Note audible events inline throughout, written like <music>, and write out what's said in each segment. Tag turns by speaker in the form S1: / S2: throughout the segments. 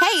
S1: Hey,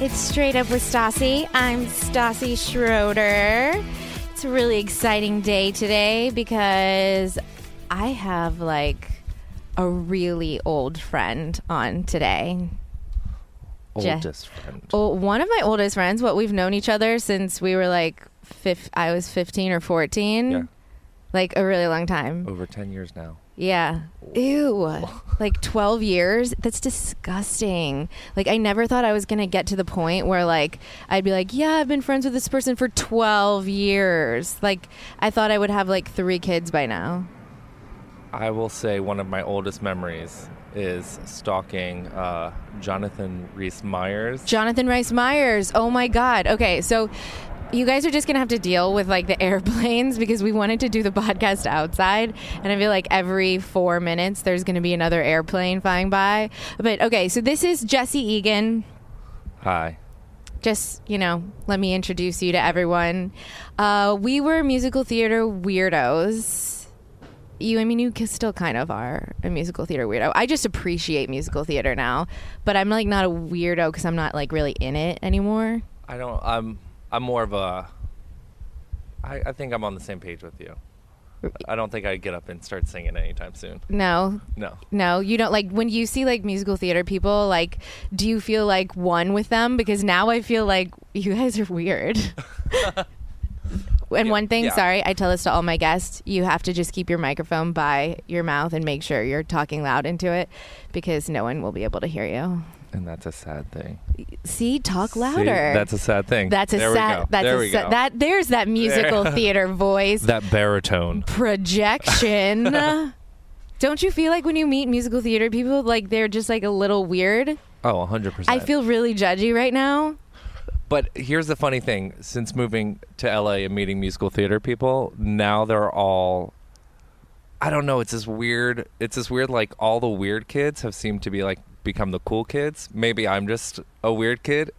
S2: it's Straight Up with Stassi. I'm Stassi Schroeder. It's a really exciting day today because I have like a really old friend on today. Je-
S3: oldest friend.
S2: Oh, one of my oldest friends. What we've known each other since we were like, fif- I was 15 or 14.
S3: Yeah. Oh.
S2: Like a really long time.
S3: Over 10 years now.
S2: Yeah. Ew. like 12 years? That's disgusting. Like, I never thought I was going to get to the point where, like, I'd be like, yeah, I've been friends with this person for 12 years. Like, I thought I would have, like, three kids by now.
S3: I will say one of my oldest memories is stalking uh, Jonathan Rhys Myers.
S2: Jonathan Rice Myers. Oh my God. Okay, so you guys are just gonna have to deal with like the <laughs> airplanes because we wanted to do the podcast outside, and I feel like every four minutes there's gonna be another airplane flying by. But okay, so this is Jesse Egan.
S3: Hi.
S2: Just you know, let me introduce you to everyone. Uh, we were musical theater weirdos. You, I mean, you k- still kind of are a musical theater weirdo. I just appreciate musical theater now, but I'm like not a weirdo because I'm not like really in it anymore.
S3: I don't. I'm. I'm more of a. I, I think I'm on the same page with you. I don't think I'd get up and start singing anytime soon.
S2: No,
S3: No.
S2: no, you don't like when you see like musical theater people. Like, do you feel like one with them? Because now I feel like you guys are weird. and one thing,
S3: yeah.
S2: sorry, I tell this to all my guests: you have to just keep your microphone by your mouth and make sure you're talking loud into it, because no one will be able to hear you.
S3: And that's a sad thing.
S2: See, talk louder.
S3: See, that's a sad thing.
S2: that's a
S3: there We
S2: sad.
S3: go.
S2: That's
S3: there
S2: a
S3: we
S2: sad-
S3: go.
S2: that there's that musical
S3: <laughs>
S2: theater voice
S3: that baritone.
S2: projection. Don't you feel like when you meet musical theater people, like they're just like a little weird?
S3: Oh, 100%.
S2: I feel really judgy right now.
S3: But here's the funny thing: since moving to LA and meeting musical theater people, now they're all. I don't know. It's this weird. It's this weird. Like all the weird kids have seemed to be like become the cool kids. Maybe I'm just a weird kid.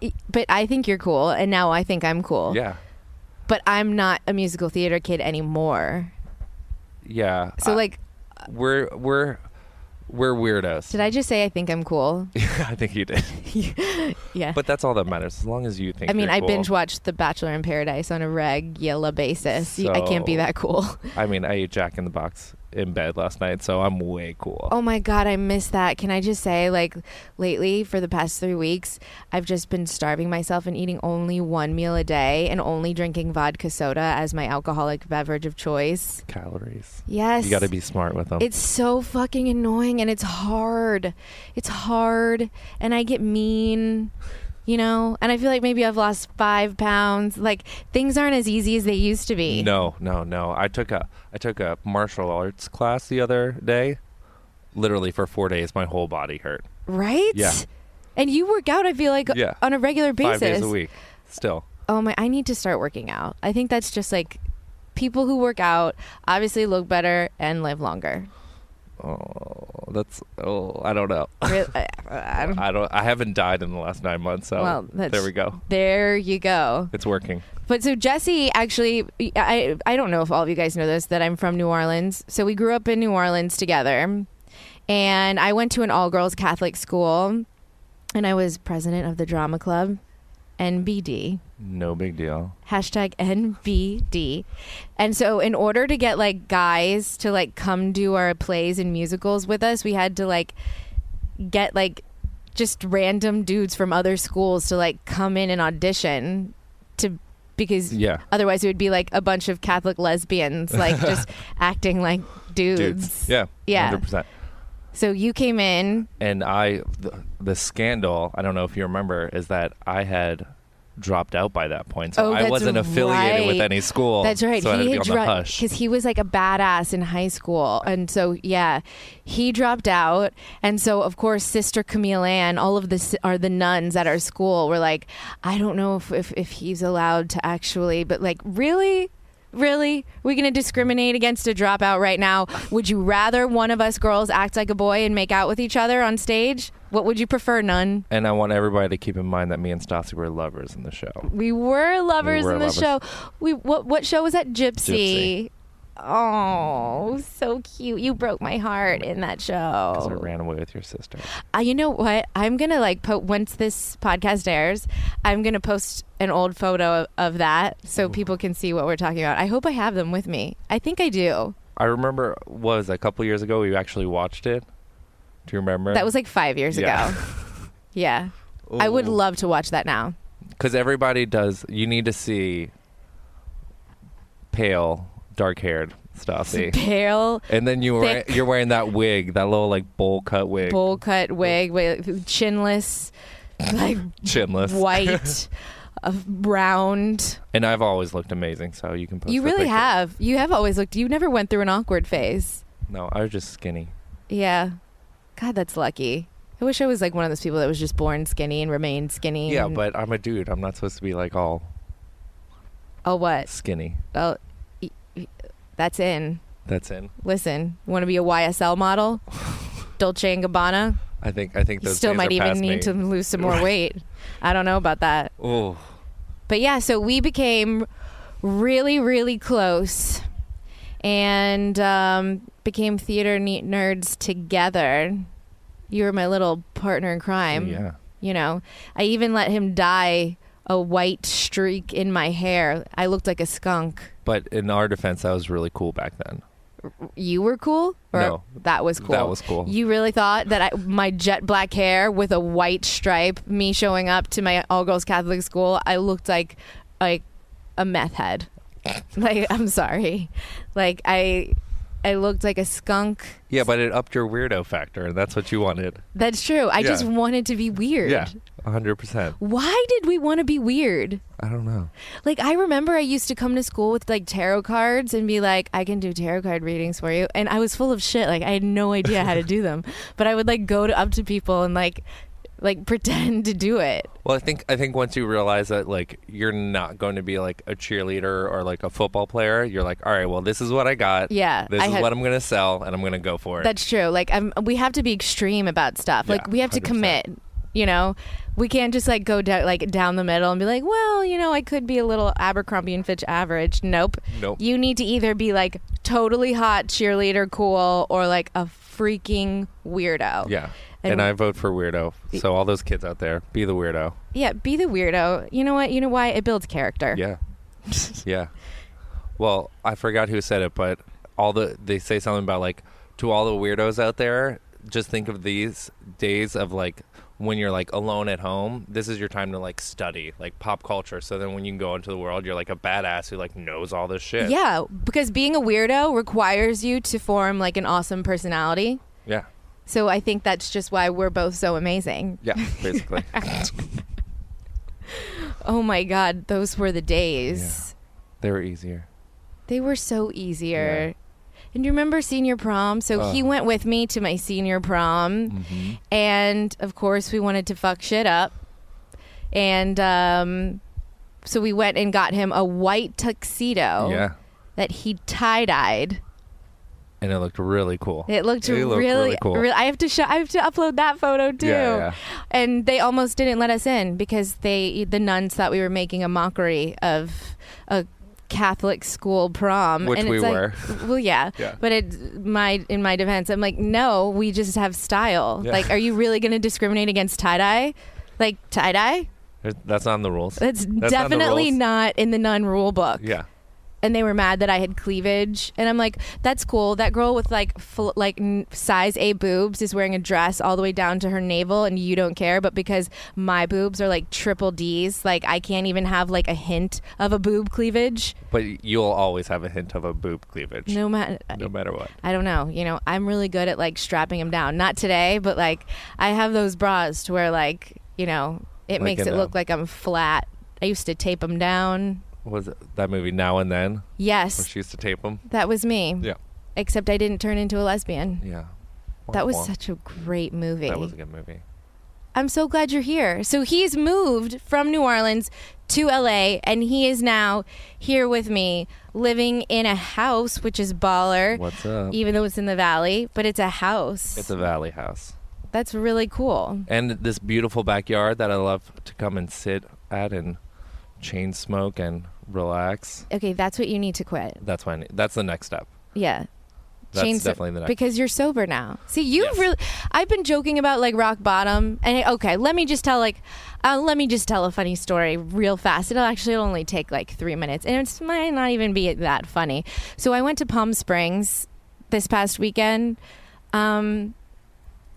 S2: e-, But I think you're cool, and now I think I'm cool.
S3: Yeah,
S2: But I'm not a musical theater kid anymore.
S3: yeah.
S2: So,
S3: I-
S2: like,
S3: we're we're we're weirdos.
S2: did I just say I think I'm cool?
S3: <laughs> I think you did.
S2: Yeah.
S3: But that's all that matters. As long as you think.
S2: I mean,
S3: you're
S2: I
S3: cool.
S2: binge watched The Bachelor in Paradise on a regular basis. I can't be
S3: So-
S2: that cool.
S3: I mean, I ate Jack in the Box in bed last night, so I'm way cool.
S2: Oh my god, I miss that. Can I just say like lately for the past 3 weeks, I've just been starving myself and eating only one meal a day and only drinking vodka soda as my alcoholic beverage of choice.
S3: Calories.
S2: Yes.
S3: You got to be smart with them.
S2: It's so fucking annoying and it's hard. It's hard and I get mean, you know? And I feel like maybe I've lost 5 pounds. Like things aren't as easy as they used to be.
S3: No, no, no. I took a I took a martial arts class the other day. Literally for four days, my whole body hurt.
S2: Right?
S3: Yeah.
S2: And you work out I feel like
S3: Yeah.
S2: on a regular basis.
S3: Five days a week, still.
S2: oh my i need to start working out i think
S3: <laughs>
S2: that's just like people who work out obviously look better and live longer
S3: oh, that's oh, I don't know.
S2: Really- I- uh, I don't-
S3: I don't. I haven't died in the last nine months, so
S2: Well, that's-
S3: Oh, there we go.
S2: there you go.
S3: It's working.
S2: But so Jesse actually, I I don't know if all of you guys know this that I'm from New Orleans. So we grew up in New Orleans together, and I went to an all girls Catholic school, and I was president of the drama club, NBD
S3: No big deal.
S2: hashtag NBD. And so in order to get like guys to like come do our plays and musicals with us, we had to like get like just random dudes from other schools to like come in and audition to because
S3: Yeah.
S2: otherwise it would be like a bunch of Catholic lesbians like
S3: <laughs>
S2: just acting like dudes.
S3: Dudes. Yeah.
S2: Yeah.
S3: 100%.
S2: So you came in.
S3: and I the, the scandal. I don't know if you remember is that I had dropped out by that point, so
S2: Oh,
S3: I
S2: that's
S3: wasn't affiliated with
S2: right.
S3: any school.
S2: That's right.
S3: So I had to be on the hush.
S2: because he was like a badass in high school, and so yeah, he dropped out, and so of course, Sister Camille Ann, all of this are the nuns at our school. Were like, I don't know if if, if he's allowed to actually, but like, really. Really? We're going to discriminate against a dropout right now. Would you rather one of us girls act like a boy and make out with each other on stage? What would you prefer, none?
S3: And I want everybody to keep in mind that me and Stassi were lovers in the show.
S2: We were lovers
S3: We were
S2: in the
S3: lovers.
S2: show. We what what show was that? Gypsy. Oh, so cute. You broke my heart in that
S3: Because I
S2: show.
S3: ran away with your sister.
S2: Uh, you know what? I'm going to like po- once this podcast airs, I'm going to post an old photo of, of that so people can see what we're talking about. I hope I have them with me. I think I do.
S3: I remember was a couple years ago we actually watched it. Do you remember?
S2: That was like 5 years
S3: Yeah. <laughs>
S2: ago. Yeah. I would love to watch that now.
S3: because everybody does. You need to see pale, dark-haired Stassi,
S2: Pale
S3: and then you were,
S2: thick-
S3: you're wearing that wig, that little like bowl cut wig,
S2: bowl cut wig, with chinless like
S3: chinless. <laughs>
S2: white, uh, round.
S3: And I've always looked amazing, so you can post.
S2: you
S3: the
S2: really
S3: picture.
S2: have. You have always looked. You never went through an awkward phase.
S3: No, I was just skinny.
S2: Yeah. God, that's lucky. I wish I was like one of those people that was just born skinny and remained skinny.
S3: Yeah,
S2: and-
S3: but I'm a dude. I'm not supposed to be like all
S2: oh, what?
S3: skinny.
S2: Oh, y- y- that's in.
S3: That's in.
S2: Listen, want to be a YSL
S3: <laughs>
S2: model? Dolce and Gabbana.
S3: I think. I think
S2: You
S3: those
S2: still
S3: days
S2: might
S3: are
S2: even
S3: past
S2: need
S3: me.
S2: to lose some
S3: <laughs>
S2: more weight. I don't know about that.
S3: Oh,
S2: But yeah, so we became really, really close and um, became theater ne- nerds together. You were my little partner in crime.
S3: yeah.
S2: You know, I even let him dye a white streak in my hair. I looked like a skunk.
S3: But in our defense, that was really cool back then.
S2: You were cool? Or
S3: No.
S2: That was cool.
S3: That was cool.
S2: You really thought that I, my jet black hair with a white stripe, me showing up to my all girls Catholic school, I looked like like a meth head. <laughs> like I'm sorry, like I I looked like a skunk.
S3: Yeah, but it upped your weirdo factor, and that's what you wanted.
S2: That's true. I just
S3: Yeah.
S2: wanted to be weird.
S3: Yeah, hundred percent.
S2: Why did we want to be weird?
S3: I don't know.
S2: Like I remember I used to come to school with like tarot cards and be like, I can do tarot card readings for you. And I was full of shit. Like I had no idea how to do
S3: <laughs>
S2: them. But I would like go to, up to people and like like <laughs> pretend to do it.
S3: Well, I think I think once you realize that like you're not going to be like a cheerleader or like a football player, you're like, all right, well, this is what I got.
S2: Yeah,
S3: this
S2: I
S3: is
S2: had-
S3: what I'm gonna sell, and I'm gonna go for it.
S2: That's true. Like I'm, we have to be extreme about stuff. Like
S3: Yeah,
S2: we have to
S3: 100%.
S2: commit. You know, we can't just like go down like down the middle and be like, well, you know, I could be a little Abercrombie and Fitch average. Nope.
S3: Nope.
S2: You need to either be like totally hot cheerleader cool or like a freaking weirdo.
S3: Yeah.
S2: And-
S3: And, I vote for weirdo. So all those kids out there, be the weirdo.
S2: Yeah, be the weirdo. You know what? You know why? It builds character.
S3: Yeah. yeah. Well, I forgot who said it, but all the they say something about like to all the weirdos out there, just think of these days of like when you're like alone at home, this is your time to like study like pop culture. So then when you go into the world, you're like a badass who like knows all this shit.
S2: Yeah, because being a weirdo requires you to form like an awesome personality.
S3: Yeah.
S2: So I think that's just why we're both so amazing.
S3: Yeah,
S2: <laughs>
S3: basically.
S2: Oh my God, those were the days.
S3: they were easier.
S2: They were so easier. And you remember senior prom? So he
S3: Uh.
S2: went with me to my senior prom.
S3: Mm-hmm.
S2: And of course, we wanted to fuck shit up. And um, so we went Oh. and got him a white tuxedo
S3: Yeah.
S2: that he tie dyed
S3: and it looked really cool.
S2: It looked
S3: They look
S2: really,
S3: really cool.
S2: re- I have to show. I have to upload that photo too.
S3: Yeah, yeah.
S2: And they almost didn't let us in because they the nuns thought we were making a mockery of a Catholic school prom,
S3: Which
S2: and
S3: we
S2: it's like-
S3: were.
S2: Well, yeah.
S3: <laughs> Yeah.
S2: But it my in my defense, I'm like, no, we just have style.
S3: Yeah.
S2: Like, are you really going to discriminate against tie dye? Like tie dye?
S3: There's- That's not in the rules.
S2: That's,
S3: not the
S2: definitely
S3: rules.
S2: not in the nun rule book
S3: Yeah.
S2: and they were mad that I had cleavage. And I'm like, that's cool. That girl with like fl- like n- size A boobs is wearing a dress all the way down to her navel, and you don't care. But because my boobs are like triple D's, like I can't even have like a hint of a boob cleavage.
S3: But you'll always have a hint of a boob cleavage.
S2: No matter.
S3: No matter what.
S2: I don't know. You know, I'm really good at like strapping them down. Not today, but like I have those bras to where like you know it
S3: Like
S2: makes
S3: in um,
S2: it
S3: a-
S2: look like I'm flat. I used to tape them down.
S3: Was that movie Now and Then? Where
S2: Yes,
S3: she used to tape them?
S2: that was me. Except I didn't turn into a lesbian.
S3: Yeah.
S2: That
S3: Wah, wah.
S2: was such a great movie.
S3: That was a good movie.
S2: I'm so glad you're here. So he's moved from New Orleans to LA and he is now here with me living in a house which is baller.
S3: What's up?
S2: Even though it's in the valley, but it's a house.
S3: It's a valley house.
S2: That's really cool.
S3: And this beautiful backyard that I love to come and sit at and chain smoke and relax.
S2: Okay, that's what you need to quit.
S3: That's when that's the next step.
S2: Yeah.
S3: That's
S2: Change the-
S3: definitely the next
S2: because you're sober now. See, you
S3: Yes.
S2: really. I've been joking about like rock bottom, and okay, let me just tell like, uh, let me just tell a funny story real fast. It'll actually only take like three minutes, and it might not even be that funny. So I went to Palm Springs this past weekend. Um,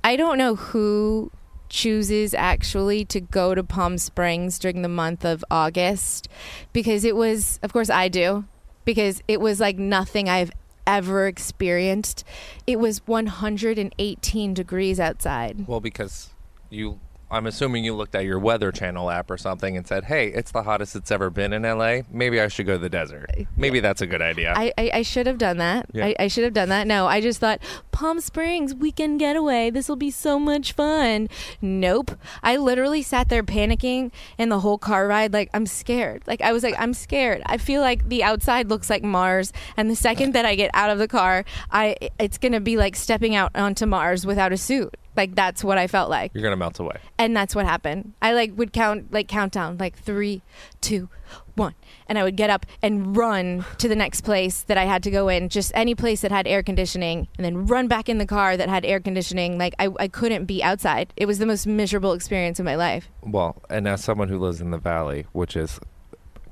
S2: I don't know who chooses actually to go to Palm Springs during the month of August because it was, of course, I do, because it was like nothing I've ever experienced. It was 118 degrees outside.
S3: Well, because you, I'm assuming you looked at your Weather Channel app or something and said, "Hey, it's the hottest it's ever been in LA. Maybe I should go to the desert. Maybe that's a good idea."
S2: Uh, I, I, I should have done that.
S3: Yeah.
S2: I, I should have done that. No, I just thought Palm Springs weekend getaway. This will be so much fun. Nope. I literally sat there panicking and the whole car ride. Like I'm scared. Like I was like I'm scared. I feel like the outside looks like Mars, and the second that I get out of the car, I it's gonna be like stepping out onto Mars without a suit. Like that's what I felt like
S3: You're gonna melt away.
S2: and that's what happened. I like would count like countdown like three, two, one, and I would get up and run to the next place that I had to go in, just any place that had air conditioning, and then run back in the car that had air conditioning. Like I, I couldn't be outside. It was the most miserable experience of my life.
S3: Well, and as someone who lives in the valley, which is,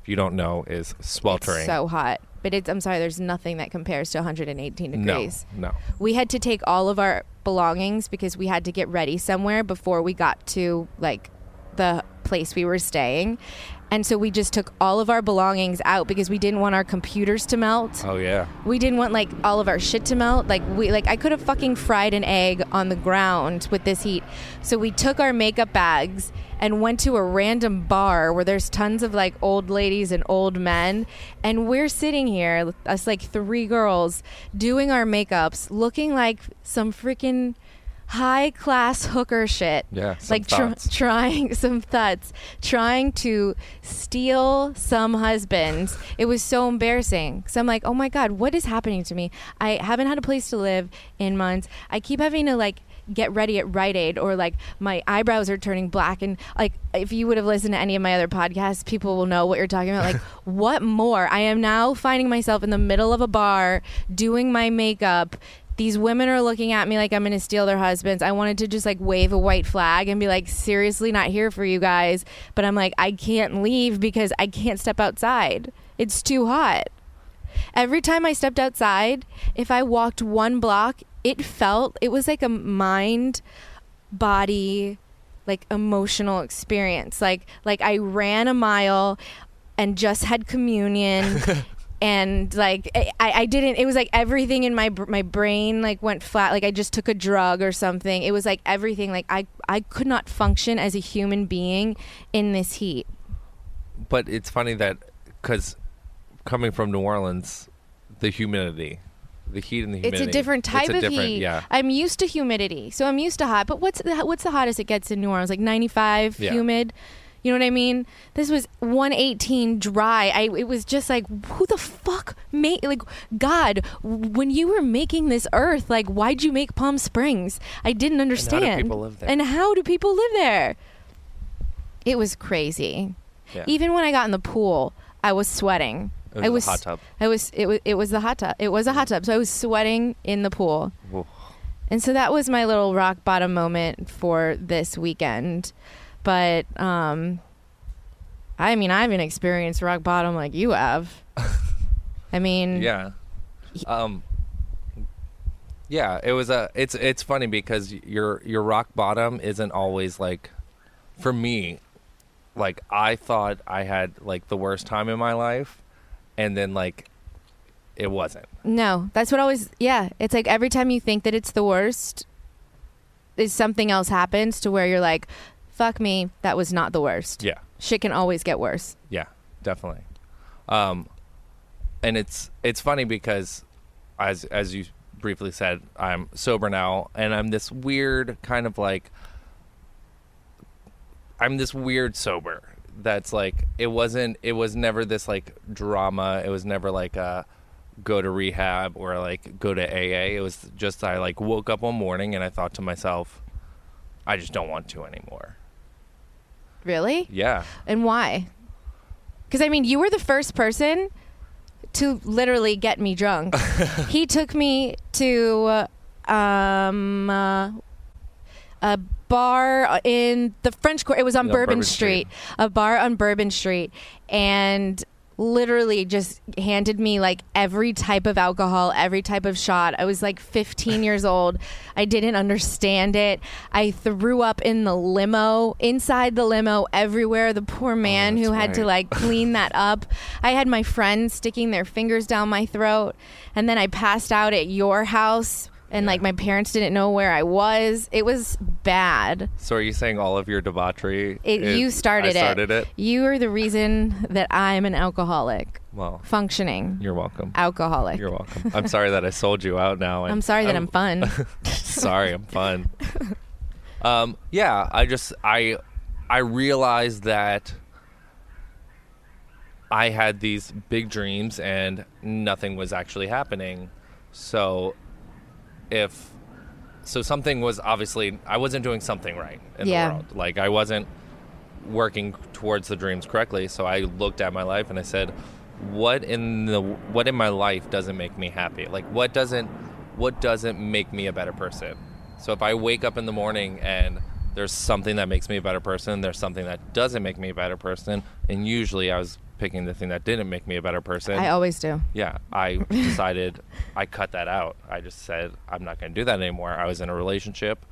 S3: if you don't know, is sweltering.
S2: It's so hot, but it's I'm sorry, there's nothing that compares to 118
S3: no,
S2: degrees.
S3: no.
S2: We had to take all of our belongings because we had to get ready somewhere before we got to like the place we were staying. And so we just took all of our belongings out because we didn't want our computers to melt.
S3: Oh yeah.
S2: We didn't want like all of our shit to melt. Like we like I could have fucking fried an egg on the ground with this heat. So we took our makeup bags and went to a random bar where there's tons of like old ladies and old men and we're sitting here us like three girls doing our makeups looking like some freaking high class hooker shit.
S3: Yeah, some
S2: like tr-
S3: thuds.
S2: <laughs> trying some thuds, trying to steal some husbands. It was so embarrassing. So I'm like, oh my god, what is happening to me? I haven't had a place to live in months. I keep having to like get ready at Rite Aid or like my eyebrows are turning black and like if you would have listened to any of my other podcasts, people will know what you're talking about. Like, what more? I am now finding myself in the middle of a bar doing my makeup these women are looking at me like I'm going to steal their husbands. I wanted to just like wave a white flag and be like, seriously, not here for you guys. But I'm like, I can't leave because I can't step outside. It's too hot. Every time I stepped outside, if I walked one block, it felt, it was like a mind, body, like emotional experience. Like, like I ran a mile and just had communion and like I, I didn't it was like everything in my br- my brain like went flat like i just took a drug or something it was like everything like i i could not function as a human being in this heat
S3: But it's funny that because coming from New Orleans, the humidity, the heat and the humidity.
S2: it's a different
S3: it's
S2: type
S3: a
S2: of
S3: different-
S2: heat
S3: Yeah.
S2: i'm used to humidity so i'm used to hot but what's the, what's the hottest it gets in new orleans like 95
S3: Yeah.
S2: humid You know what I mean? This was 118 dry. I it was just like who the fuck made like God, w- when you were making this earth, like why'd you make Palm Springs? I didn't understand.
S3: people live there?
S2: And how do people live there? It was crazy.
S3: Yeah.
S2: Even when I got in the pool, I was sweating.
S3: It was
S2: I
S3: the
S2: was
S3: hot tub.
S2: I was it was it was the hot tub. It was a hot tub. So I was sweating in the pool. And so that was my little rock bottom moment for this weekend. But um I mean, I haven't experienced rock bottom like you
S3: <laughs>
S2: have. I mean,
S3: Yeah. Um Yeah, it was a it's it's funny because your your rock bottom isn't always like for me like I thought I had like the worst time in my life and then like it wasn't.
S2: no, that's what always yeah, it's like every time you think that it's the worst is something else happens to where you're like, fuck me, that was not the worst.
S3: Yeah.
S2: Shit can always get worse.
S3: Yeah, definitely. Um, and it's it's funny because, as as you briefly said, I'm sober now, and I'm this weird kind of like, I'm this weird sober that's like it wasn't it was never this like drama. It was never like a go to rehab or like go to AA. It was just I like woke up one morning and I thought to myself, I just don't want to anymore.
S2: Really?
S3: Yeah.
S2: And why? Because I mean, you were the first person to literally get me drunk.
S3: <laughs>
S2: he took me to um, uh, a bar in the French Quarter. It was on
S3: Yeah,
S2: Bourbon,
S3: Bourbon
S2: Street.
S3: Street.
S2: a bar on Bourbon Street, and literally just handed me like every type of alcohol, every type of shot. I was like 15 years old. I didn't understand it. I threw up in the limo, inside the limo, everywhere. The poor man
S3: Oh, that's
S2: who had to
S3: right.
S2: like like clean
S3: <laughs>
S2: that up. I had my friends sticking their fingers down my throat, and then I passed out at your house, and like my parents didn't know where I was. It was bad.
S3: So are you saying all of your debauchery?
S2: It,
S3: is-
S2: you started,
S3: I started it.
S2: You are the reason that I'm an alcoholic,
S3: Well,
S2: functioning
S3: you're welcome.
S2: alcoholic.
S3: You're welcome. I'm sorry that I sold you out now. and
S2: I'm sorry that I'm fun.
S3: <laughs> sorry,
S2: <laughs>
S3: I'm fun. um, yeah, I just I I realized that I had these big dreams and nothing was actually happening. So if so something was obviously I wasn't doing something right in
S2: Yeah.
S3: the world. Like I wasn't working towards the dreams correctly. So I looked at my life and I said, "What in the what in my life doesn't make me happy? Like what doesn't what doesn't make me a better person?" So if I wake up in the morning and there's something that makes me a better person, there's something that doesn't make me a better person, and usually I was picking the thing that didn't make me a better person.
S2: I always do.
S3: Yeah, I decided I cut that out. I just said I'm not going to do that anymore. I was in a relationship,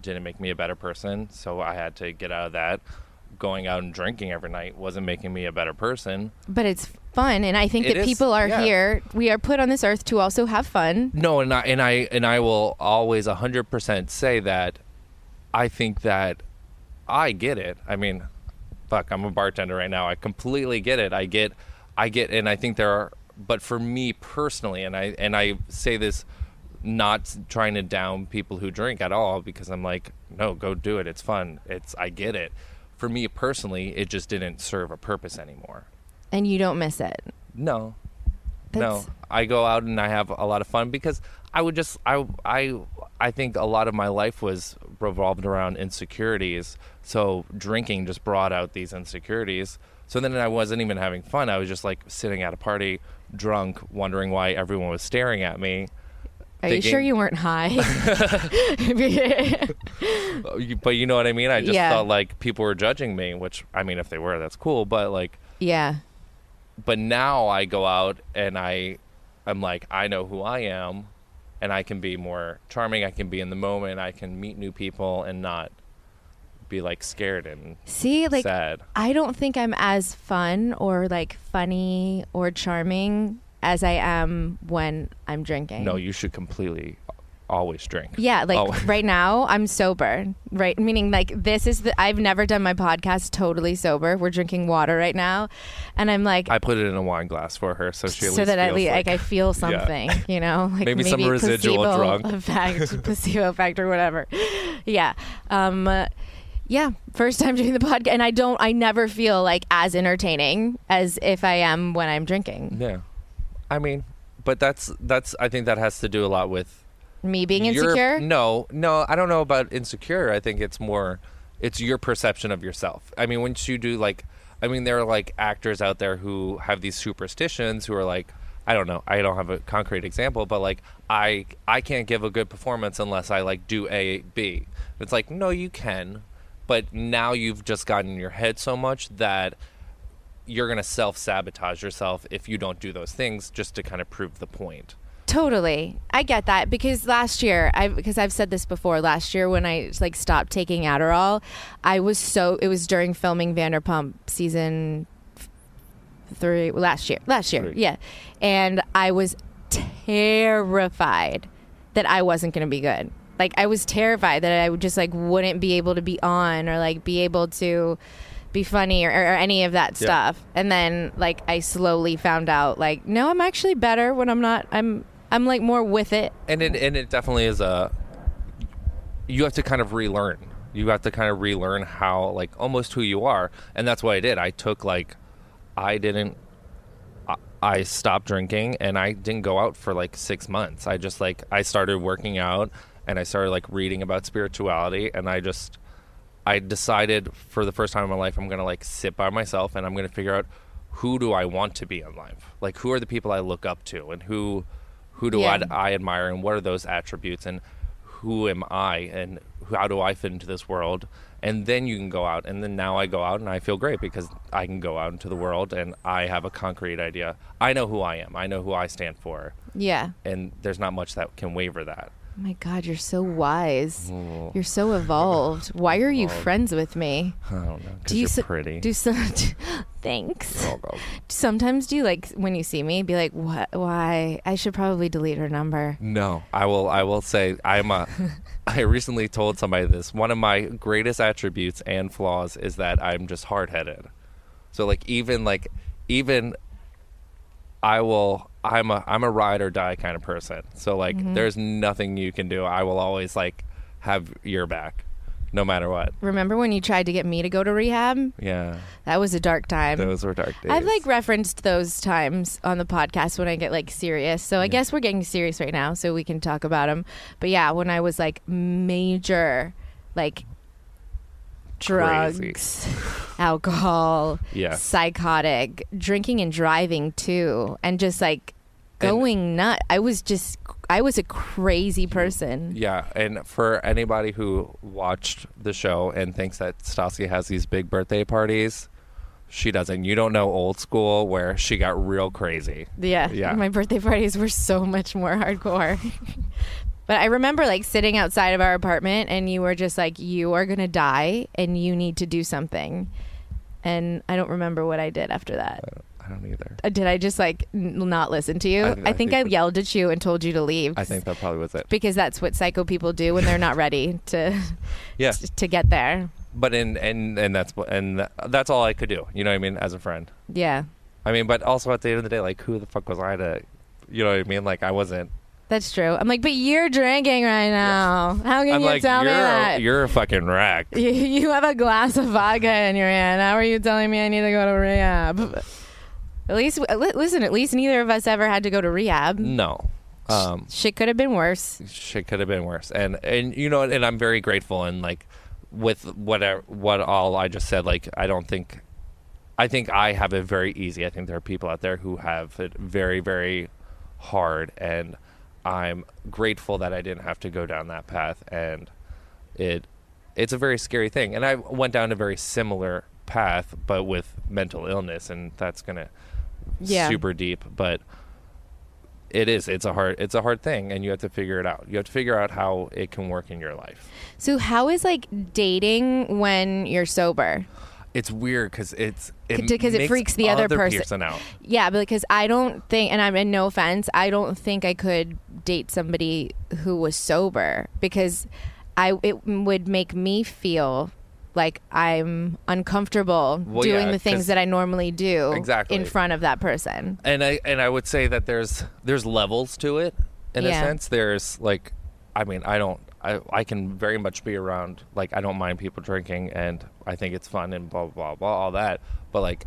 S3: didn't make me a better person, so I had to get out of that. Going out and drinking every night wasn't making me a better person.
S2: But it's fun and I think
S3: It
S2: that
S3: is,
S2: people are
S3: yeah.
S2: here. We are put on this earth to also have fun.
S3: No, and I and I and I will always 100% say that I think that I get it. I mean, fuck, I'm a bartender right now. I completely get it. I get I get and I think there are but for me personally and I and I say this not trying to down people who drink at all because I'm like, no, go do it. It's fun. It's I get it. For me personally, it just didn't serve a purpose anymore.
S2: And you don't miss it.
S3: No.
S2: That's-
S3: No. I go out and I have a lot of fun because I would just I I I think a lot of my life was revolved around insecurities. So drinking just brought out these insecurities. So then I wasn't even having fun. I was just like sitting at a party drunk, wondering why everyone was staring at me.
S2: Are you
S3: Thinking-
S2: sure you weren't
S3: <laughs>
S2: high? <laughs>
S3: Uh, you- But you know what I mean? I just
S2: Yeah.
S3: felt like people were judging me, which I mean if they were, that's cool, but like
S2: yeah.
S3: but now I go out and I I'm like I know who I am and I can be more charming, I can be in the moment, I can meet new people and not be like scared and
S2: See, like
S3: sad.
S2: I don't think I'm as fun or like funny or charming as I am when I'm drinking.
S3: No, you should completely always drink.
S2: yeah, like
S3: Oh.
S2: right now I'm sober. Right, meaning like this is the I've never done my podcast totally sober. We're drinking water right now, and I'm like
S3: I put it in a wine glass for her so she at
S2: so
S3: least
S2: that at
S3: feels
S2: least
S3: like,
S2: like I feel something, you
S3: <laughs>
S2: know, like
S3: Maybe some residual
S2: placebo
S3: <laughs> drug.
S2: effect, placebo effect, or whatever. Yeah. Um, Yeah, first time doing the podcast, and I don't, I never feel like as entertaining as if I am when I'm drinking.
S3: Yeah. I mean, but that's that's I think that has to do a lot with
S2: Me being
S3: your-
S2: insecure.
S3: no, no, I don't know about insecure. I think it's more it's your perception of yourself. I mean, once you do like I mean, there are like actors out there who have these superstitions who are like I don't know. I don't have a concrete example, but like I I can't give a good performance unless I like do A B. It's like, no, you can. But now you've just gotten in your head so much that you're going to self sabotage yourself if you don't do those things just to kind of prove the point.
S2: Totally. I get that because last year, I because I've said this before, last year when I like stopped taking Adderall, I was so it was during filming Vanderpump season f- 3 last year. Last year.
S3: Three.
S2: Yeah. And I was terrified that I wasn't going to be good. Like I was terrified that I would just like wouldn't be able to be on or like be able to be funny or, or any of that
S3: Yeah.
S2: stuff. And then like I slowly found out like no, I'm actually better when I'm not I'm I'm like more with it.
S3: And it and it definitely is a you have to kind of relearn. You have to kind of relearn how like almost who you are. And that's what I did. I took like I didn't I- I stopped drinking and I didn't go out for like 6 months. I just like I started working out and I started like reading about spirituality and I just I decided for the first time in my life I'm going to like sit by myself and I'm going to figure out who do I want to be in life? Like who are the people I look up to and who who do
S2: Yeah.
S3: I, I admire and what are those attributes and who am I and who- how do I fit into this world? And then you can go out and then now I go out and I feel great because I can go out into the world and I have a concrete idea. I know who I am. I know who I stand for.
S2: Yeah.
S3: And there's not much that can waver that.
S2: Oh my god, you're so wise.
S3: Oh.
S2: You're so evolved. Why are you friends with me?
S3: I don't know.
S2: Do
S3: you are
S2: so-
S3: pretty. Oh.
S2: Do so <laughs> Thanks.
S3: I'll go,
S2: Sometimes do you like when you see me be like, "What? Why? I should probably delete her number."
S3: No, I will. I will say I'm a. I recently told somebody this. One of my greatest attributes and flaws is that I'm just hard headed. So like even like even I will. I'm a I'm a ride or die kind of person. So like there's nothing you can do. I will always like have your back, no matter what.
S2: Remember when you tried to get me to go to rehab?
S3: Yeah,
S2: That was a dark time.
S3: those were dark days.
S2: I've like referenced those times on the podcast when I get like serious. So I guess we're getting serious right now, so we can talk about them. But yeah, when I was like major, like drugs, <laughs>
S3: Crazy.
S2: alcohol,
S3: Yeah.
S2: psychotic, drinking and driving too, and just like
S3: And-
S2: going nut. I was just, I was a crazy person.
S3: Yeah, and for anybody who watched the show and thinks that Stassi has these big birthday parties, she doesn't. You don't know old school where she got real crazy.
S2: Yeah.
S3: Yeah.
S2: My birthday parties were so much more hardcore. <laughs> but I remember like sitting outside of our apartment and you were just like, you are going to die and you need to do something. And I don't remember what I did after that.
S3: I don't either.
S2: Uh, Did I just like n- not listen to you? I,
S3: I- I
S2: think,
S3: think
S2: I
S3: that-
S2: yelled at you and told you to leave.
S3: I think that probably was
S2: <laughs>
S3: it.
S2: Because that's what psycho people do when they're not
S3: <laughs>
S2: ready to
S3: Yeah,
S2: t- to get there.
S3: but in and and that's what and th- that's all I could do. You know what I mean? As a friend,
S2: Yeah.
S3: I mean, but also at the end of the day, like who the fuck was I to? You know what I mean? Like I wasn't.
S2: That's true. I'm like, but you're drinking right now. How can
S3: I'm
S2: you
S3: like
S2: tell
S3: you're
S2: me
S3: a,
S2: that?
S3: you're a fucking wreck.
S2: You, you have a glass of vodka in your hand. How are you telling me I need to go to rehab? At least, li- listen, at least neither of us ever had to go to rehab.
S3: No. Um,
S2: Shit could have been worse.
S3: shit could have been worse. And and you know, and I'm very grateful. And like with what I- what all I just said, like I don't think, I think I have it very easy. I think there are people out there who have it very very hard, and I'm grateful that I didn't have to go down that path. And it it's a very scary thing. And I went down a very similar path, but with mental illness, and that's gonna
S2: Yeah.
S3: super deep, but it is it's a hard it's a hard thing and you have to figure it out. You have to figure out how it can work in your life.
S2: So, how is like dating when you're sober?
S3: It's weird cuz it's it
S2: 'Cause it
S3: makes
S2: freaks the other person-
S3: out.
S2: Yeah, because I don't think, and I'm in no offense, I don't think I could date somebody who was sober because I it would make me feel like I'm uncomfortable
S3: Well,
S2: doing
S3: yeah,
S2: the
S3: 'cause-
S2: things that I normally do
S3: Exactly.
S2: in front of that person.
S3: And I and I would say that there's there's levels to it in
S2: Yeah.
S3: a sense. There's like I mean, I don't I- I I can very much be around. Like I don't mind people drinking, and I think it's fun and blah blah blah, blah all that. But like.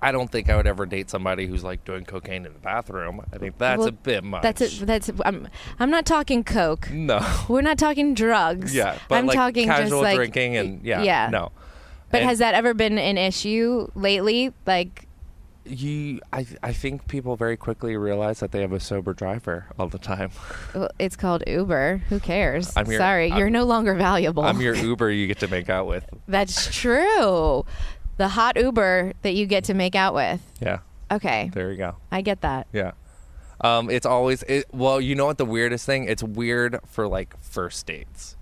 S3: I don't think I would ever date somebody who's like doing cocaine in the bathroom. I think that's
S2: Well,
S3: a bit much.
S2: That's it. That's I'm. I'm not talking coke.
S3: <laughs> no. <laughs>
S2: We're not talking drugs.
S3: Yeah, but
S2: I'm
S3: like
S2: talking
S3: casual
S2: just like
S3: drinking and yeah,
S2: yeah.
S3: no.
S2: But
S3: And
S2: has that ever been an issue lately? Like,
S3: you? I I think people very quickly realize that they have a sober driver all the time. <laughs>
S2: well, uh, it's called Uber. Who cares?
S3: I'm your-
S2: Sorry, you're
S3: I'm-
S2: no longer valuable. <laughs>
S3: I'm your Uber. You get to make out with.
S2: That's true. The hot Uber that you get to make out with.
S3: Yeah,
S2: Okay,
S3: there you go.
S2: I get that.
S3: Yeah. Um, it's always it, well. You know what the weirdest thing? It's weird for like first dates.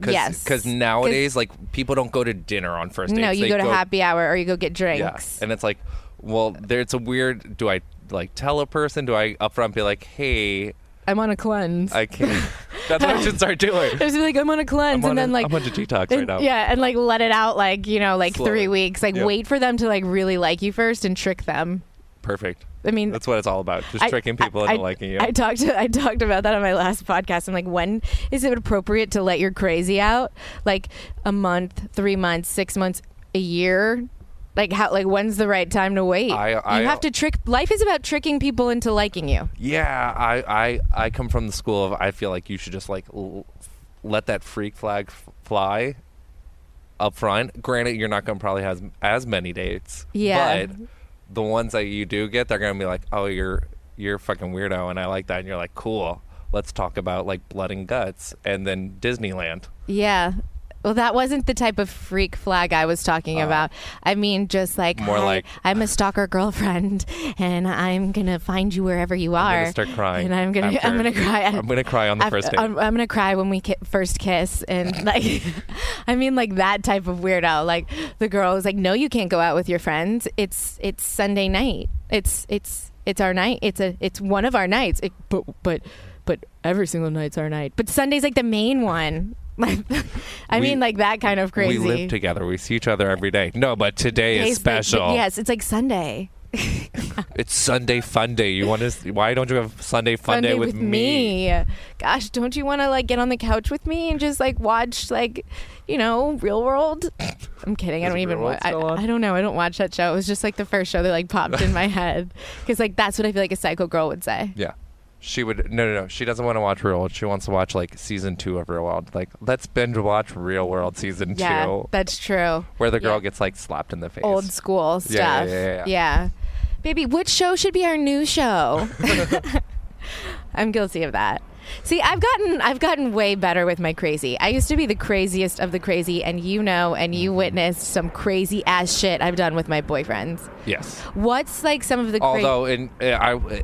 S3: Cause,
S2: Yes.
S3: Because nowadays, like people don't go to dinner on first dates.
S2: No, you
S3: They
S2: go to happy hour or you go get
S3: Yeah.
S2: drinks.
S3: And it's like, well, there, it's a weird. Do I like tell a person? Do I upfront be like, hey,
S2: I'm on a cleanse. <laughs>
S3: I can't. That's what I should start doing.
S2: Just be like, I'm on a cleanse,
S3: I'm on
S2: and then
S3: a-
S2: like,
S3: I'm on a detox right
S2: and-
S3: now.
S2: Yeah, and like let it out, like you know, like
S3: Slowly.
S2: three weeks. Like
S3: Yeah.
S2: wait for them to like really like you first and trick them.
S3: Perfect.
S2: I mean,
S3: That's what it's all about. Just
S2: I-
S3: tricking people
S2: I,
S3: into liking you.
S2: I talked I talked about that on my last podcast. I'm like, when is it appropriate to let your crazy out? Like a month, three months, six months, a year. Like how? Like when's the right time to wait?
S3: I- I-
S2: you have to trick. Life is about tricking people into liking you.
S3: yeah, I, I, I come from the school of I feel like you should just like l- let that freak flag f- fly up front. Granted, you're not going to probably have as many dates.
S2: Yeah.
S3: But the ones that you do get, they're going to be like, oh, you're you're a fucking weirdo, and I like that. And you're like, cool. Let's talk about like blood and guts, and then Disneyland.
S2: Yeah. Well, that wasn't the type of freak flag I was talking about. I mean, just like,
S3: Oh. More
S2: "Hi,
S3: like-
S2: I'm a stalker girlfriend, <laughs> and I'm gonna find you wherever you are.
S3: gonna start crying
S2: and I'm gonna, I'm
S3: after-
S2: gonna cry.
S3: I'm gonna cry on the
S2: after- um,
S3: first date.
S2: I'm, I'm gonna cry when we ki- first kiss, and like, <laughs> I mean, like that type of weirdo. Like the girl is like, "No, you can't go out with your friends. It's it's Sunday night. It's it's it's our night. It's a it's one of our nights. It, but but but every single night's our night. But Sunday's like the main one. <laughs> Like, I
S3: We-
S2: mean, like that kind of crazy.
S3: We live together. We see each other every day. No, but today is
S2: It's like-
S3: special.
S2: yes, it's like Sunday.
S3: It's Sunday fun day. You want to? Why don't you have Sunday fun
S2: Sunday
S3: day with, me?
S2: Gosh, don't you want to like get on the couch with me and just like watch like, you know, Real World?
S3: <laughs>
S2: I'm kidding. I
S3: Is
S2: don't even
S3: Real World
S2: watch. I,
S3: still on?
S2: I don't know. I don't watch that show. It was just like the first show that like popped
S3: <laughs>
S2: in my head because like that's what I feel like a psycho girl would say.
S3: Yeah. She would no no no. She doesn't want to watch Real World. She wants to watch like season two of Real World. Like let's binge watch Real World season
S2: Yeah,
S3: two,
S2: that's true.
S3: where the girl
S2: yeah.
S3: gets like slapped in the face.
S2: Old school
S3: Yeah, yeah,
S2: stuff.
S3: yeah, yeah, yeah.
S2: Baby, which show should be our new
S3: <laughs>
S2: show? I'm guilty of that. See, I've gotten I've gotten way better with my crazy. I used to be the craziest of the crazy, and you know, and
S3: Mm-hmm.
S2: you witnessed some crazy ass shit I've done with my boyfriends.
S3: Yes.
S2: What's like some of the cra-
S3: Although in uh, I uh,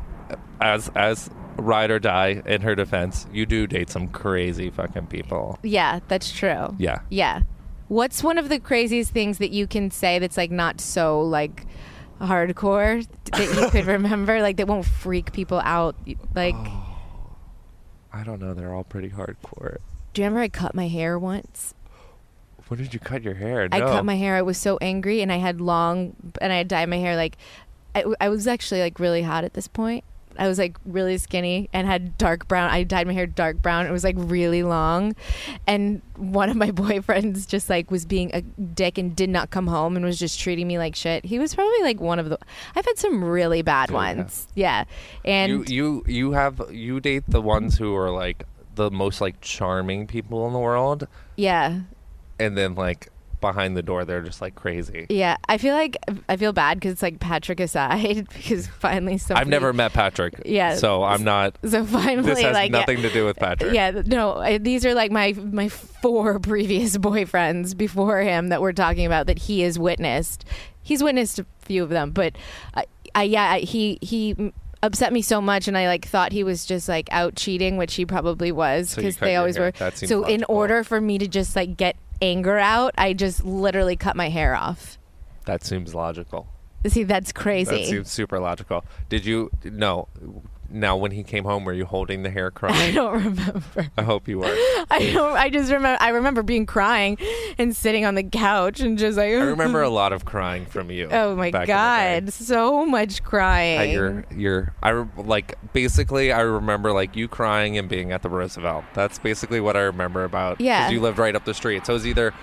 S3: as as ride or die in her defense, you do date some crazy fucking people.
S2: yeah, that's true.
S3: Yeah.
S2: yeah. What's one of the craziest things that you can say that's like not so like hardcore that you could
S3: <laughs>
S2: remember, like that won't freak people out? Like,
S3: I don't know. They're all pretty hardcore.
S2: do you remember I cut my hair once?
S3: When did you cut your hair?
S2: I
S3: no.
S2: cut my hair. I was so angry, and I had long, and I had dyed my hair like, I, I was actually like really hot at this point. I was like really skinny and had dark brown. I dyed my hair dark brown. It was like really long, and one of my <laughs> boyfriends just like was being a dick and did not come home and was just treating me like shit. He was probably like one of the. I've had some really bad ones. Yeah, and
S3: you you you have you date the ones who are like the most like charming people in the world
S2: yeah,
S3: and then like behind the door they're just like crazy
S2: yeah. I feel like I feel bad because it's like Patrick aside <laughs> because finally somebody.
S3: i've never met patrick
S2: Yeah.
S3: so i'm not
S2: So <laughs> finally,
S3: this has
S2: like yeah.
S3: nothing to do
S2: <laughs>
S3: with patrick
S2: Yeah, th- no, I, these are like my my four <laughs> previous boyfriends before him that we're talking about that he has witnessed. He's witnessed a few of them, but I, I yeah, I, he he mm, upset me so much, and I like thought he was just like out cheating, which he probably was
S3: So you
S2: because
S3: cut
S2: they
S3: your
S2: always
S3: hair.
S2: were.
S3: That seems
S2: So in
S3: logical.
S2: order for me to just like get anger out, I just literally cut my hair off.
S3: that seems logical
S2: See, that's crazy.
S3: that seems super logical did you no Now, when he came home, were you holding the
S2: <laughs> <laughs>
S3: hair
S2: I
S3: crying?
S2: don't remember.
S3: I hope you were.
S2: <laughs> I don't. I just remember. I remember being crying and sitting on the couch and just like.
S3: I remember a lot of crying from you.
S2: <laughs> Oh my
S3: back in the
S2: god,
S3: day.
S2: so much crying.
S3: At your your I re- like basically I remember like you crying and being at the Roosevelt. That's basically what I remember about. 'cause
S2: Yeah.
S3: you lived right up the street, so it was either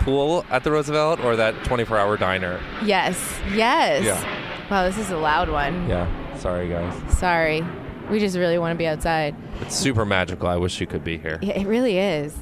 S3: pool at the Roosevelt or that twenty four hour diner.
S2: yes, yes.
S3: Yeah.
S2: Wow, this is a loud one.
S3: Yeah, sorry guys,
S2: Sorry, we just really want to be outside.
S3: it's super magical. I wish you could be here.
S2: Yeah, it really is.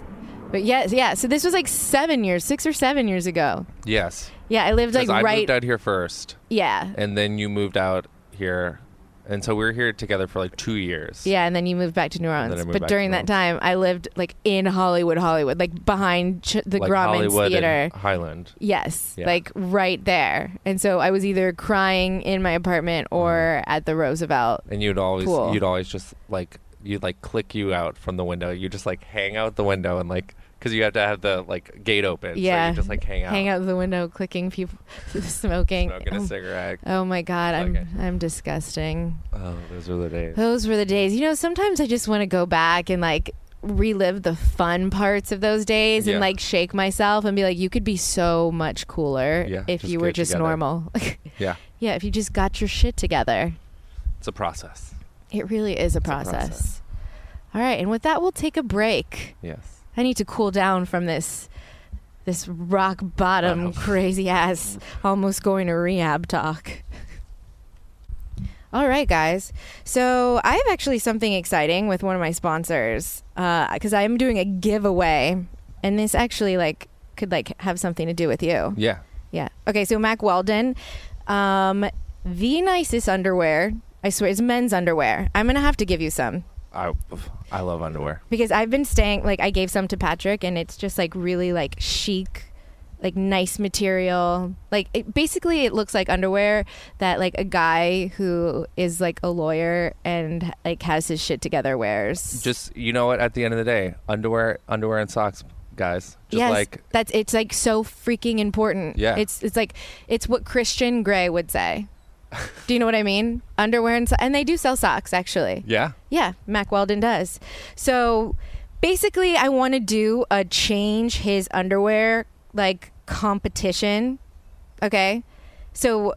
S2: But yes, yeah. So this was like seven years, six or seven years ago.
S3: Yes,
S2: Yeah, I lived like
S3: I
S2: right.
S3: moved out here first,
S2: yeah,
S3: and then you moved out here, and so we were here together for like two years.
S2: yeah. And then you moved back to New Orleans.
S3: moved
S2: But
S3: back to
S2: during
S3: New
S2: that time, I lived like in Hollywood, Hollywood, like behind ch- the
S3: like
S2: Grauman's
S3: Hollywood
S2: Theater.
S3: and Highland.
S2: Yes,
S3: Yeah.
S2: like right there. And so I was either crying in my apartment
S3: Mm-hmm.
S2: or at the Roosevelt.
S3: and you'd always
S2: Pool.
S3: you'd always just like you'd like click you out from the window. You just like hang out the window and like because you have to have the like gate open. so
S2: yeah,
S3: you just like hang out,
S2: hang out the window, clicking people, <laughs> smoking.
S3: smoking
S2: oh,
S3: a cigarette.
S2: oh my god, I'm
S3: Okay.
S2: I'm disgusting.
S3: Oh, those were the days.
S2: Those were the days. You know, sometimes I just want to go back and like relive the fun parts of those days
S3: Yeah.
S2: and like shake myself and be like, you could be so much cooler
S3: Yeah,
S2: if
S3: just
S2: you
S3: get
S2: were
S3: it
S2: just
S3: together.
S2: normal. <laughs>
S3: Yeah,
S2: yeah, if you just got your shit together.
S3: it's a process.
S2: It really is a process.
S3: process.
S2: All right, and with that, we'll take a break.
S3: Yes.
S2: I need to cool down from this this rock bottom
S3: Wow.
S2: crazy ass almost going to rehab talk. All right, guys. So I have actually something exciting with one of my sponsors because I am doing a giveaway, and this actually like could like have something to do with you.
S3: Yeah.
S2: Yeah. Okay. So Mac Weldon, um, the nicest underwear. I swear, it's men's underwear. I'm gonna have to give you some
S3: I I love underwear.
S2: because I've been staying. Like, I gave some to Patrick, and it's just like really like chic, like nice material. Like, it, basically, it looks like underwear that like a guy who is like a lawyer and like has his shit together wears.
S3: Just you know what? At the end of the day, underwear, underwear and socks, guys. Just
S2: yes,
S3: like
S2: that's it's like so freaking important.
S3: Yeah.
S2: it's it's like it's what Christian Grey would
S3: <laughs>
S2: say. do you know what I mean? Underwear and so- and they do sell socks actually.
S3: yeah.
S2: Yeah, Mac Weldon does. So basically, I want to do a change his underwear like competition. Okay, so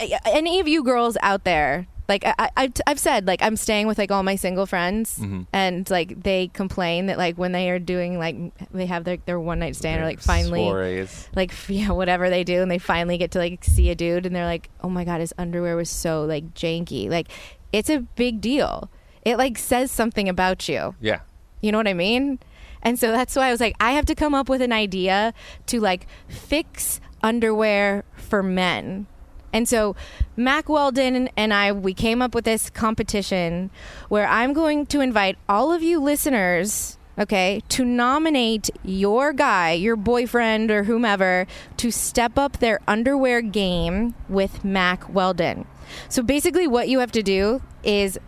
S2: a- any of you girls out there. Like I, I, I've- I've said, like I'm staying with like all my single friends, and like they complain that like when they are doing like they have their, their one night stand or like finally
S3: Stories.
S2: like <laughs> f- yeah whatever they do and they finally get to like see a dude and they're like oh my god his underwear was so like janky like it's a big deal it like says something about you
S3: Yeah.
S2: you know what i mean and so that's why i was like i have to come up with an idea to like fix underwear for men and so mac weldon and i we came up with this competition where i'm going to invite all of you listeners okay, to nominate your guy, your boyfriend, or whomever to step up their underwear game with Mac Weldon. So basically, what you have to do is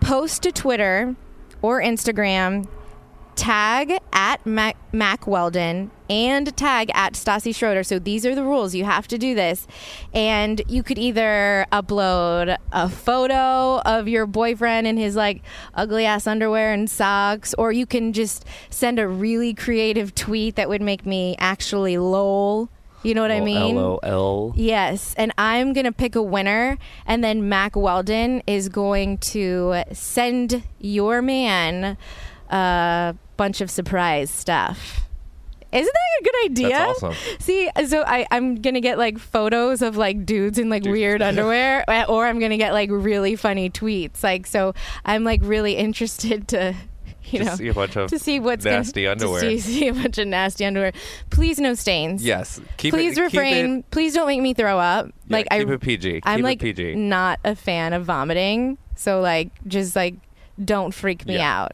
S2: post to Twitter or Instagram, tag at Mac, Mac Weldon and tag at Stassi Schroeder. So these are the rules. You have to do this. And you could either upload a photo of your boyfriend in his like ugly ass underwear and socks, or you can just send a really creative tweet that would make me actually lol. You know what I mean?
S3: L O L.
S2: Yes, and I'm gonna pick a winner, and then Mac Weldon is going to send your man a bunch of surprise stuff. Isn't that a good idea?
S3: That's awesome.
S2: See, so I, I'm gonna get like photos of like dudes in like
S3: <laughs>
S2: weird underwear, or I'm gonna get like really funny tweets. Like, so I'm like really interested to, <laughs> you
S3: To
S2: know,
S3: see a bunch of
S2: to see what's gonna-
S3: nasty underwear.
S2: <laughs> To see, see a bunch of nasty underwear. Please no stains
S3: Yes. Keep
S2: please
S3: it, keep it-
S2: refrain. please don't make me throw up.
S3: Yeah,
S2: like
S3: keep
S2: I,
S3: it PG.
S2: I'm
S3: Keep it
S2: like
S3: PG.
S2: not a fan of vomiting, so like just like don't freak me
S3: Yeah.
S2: out.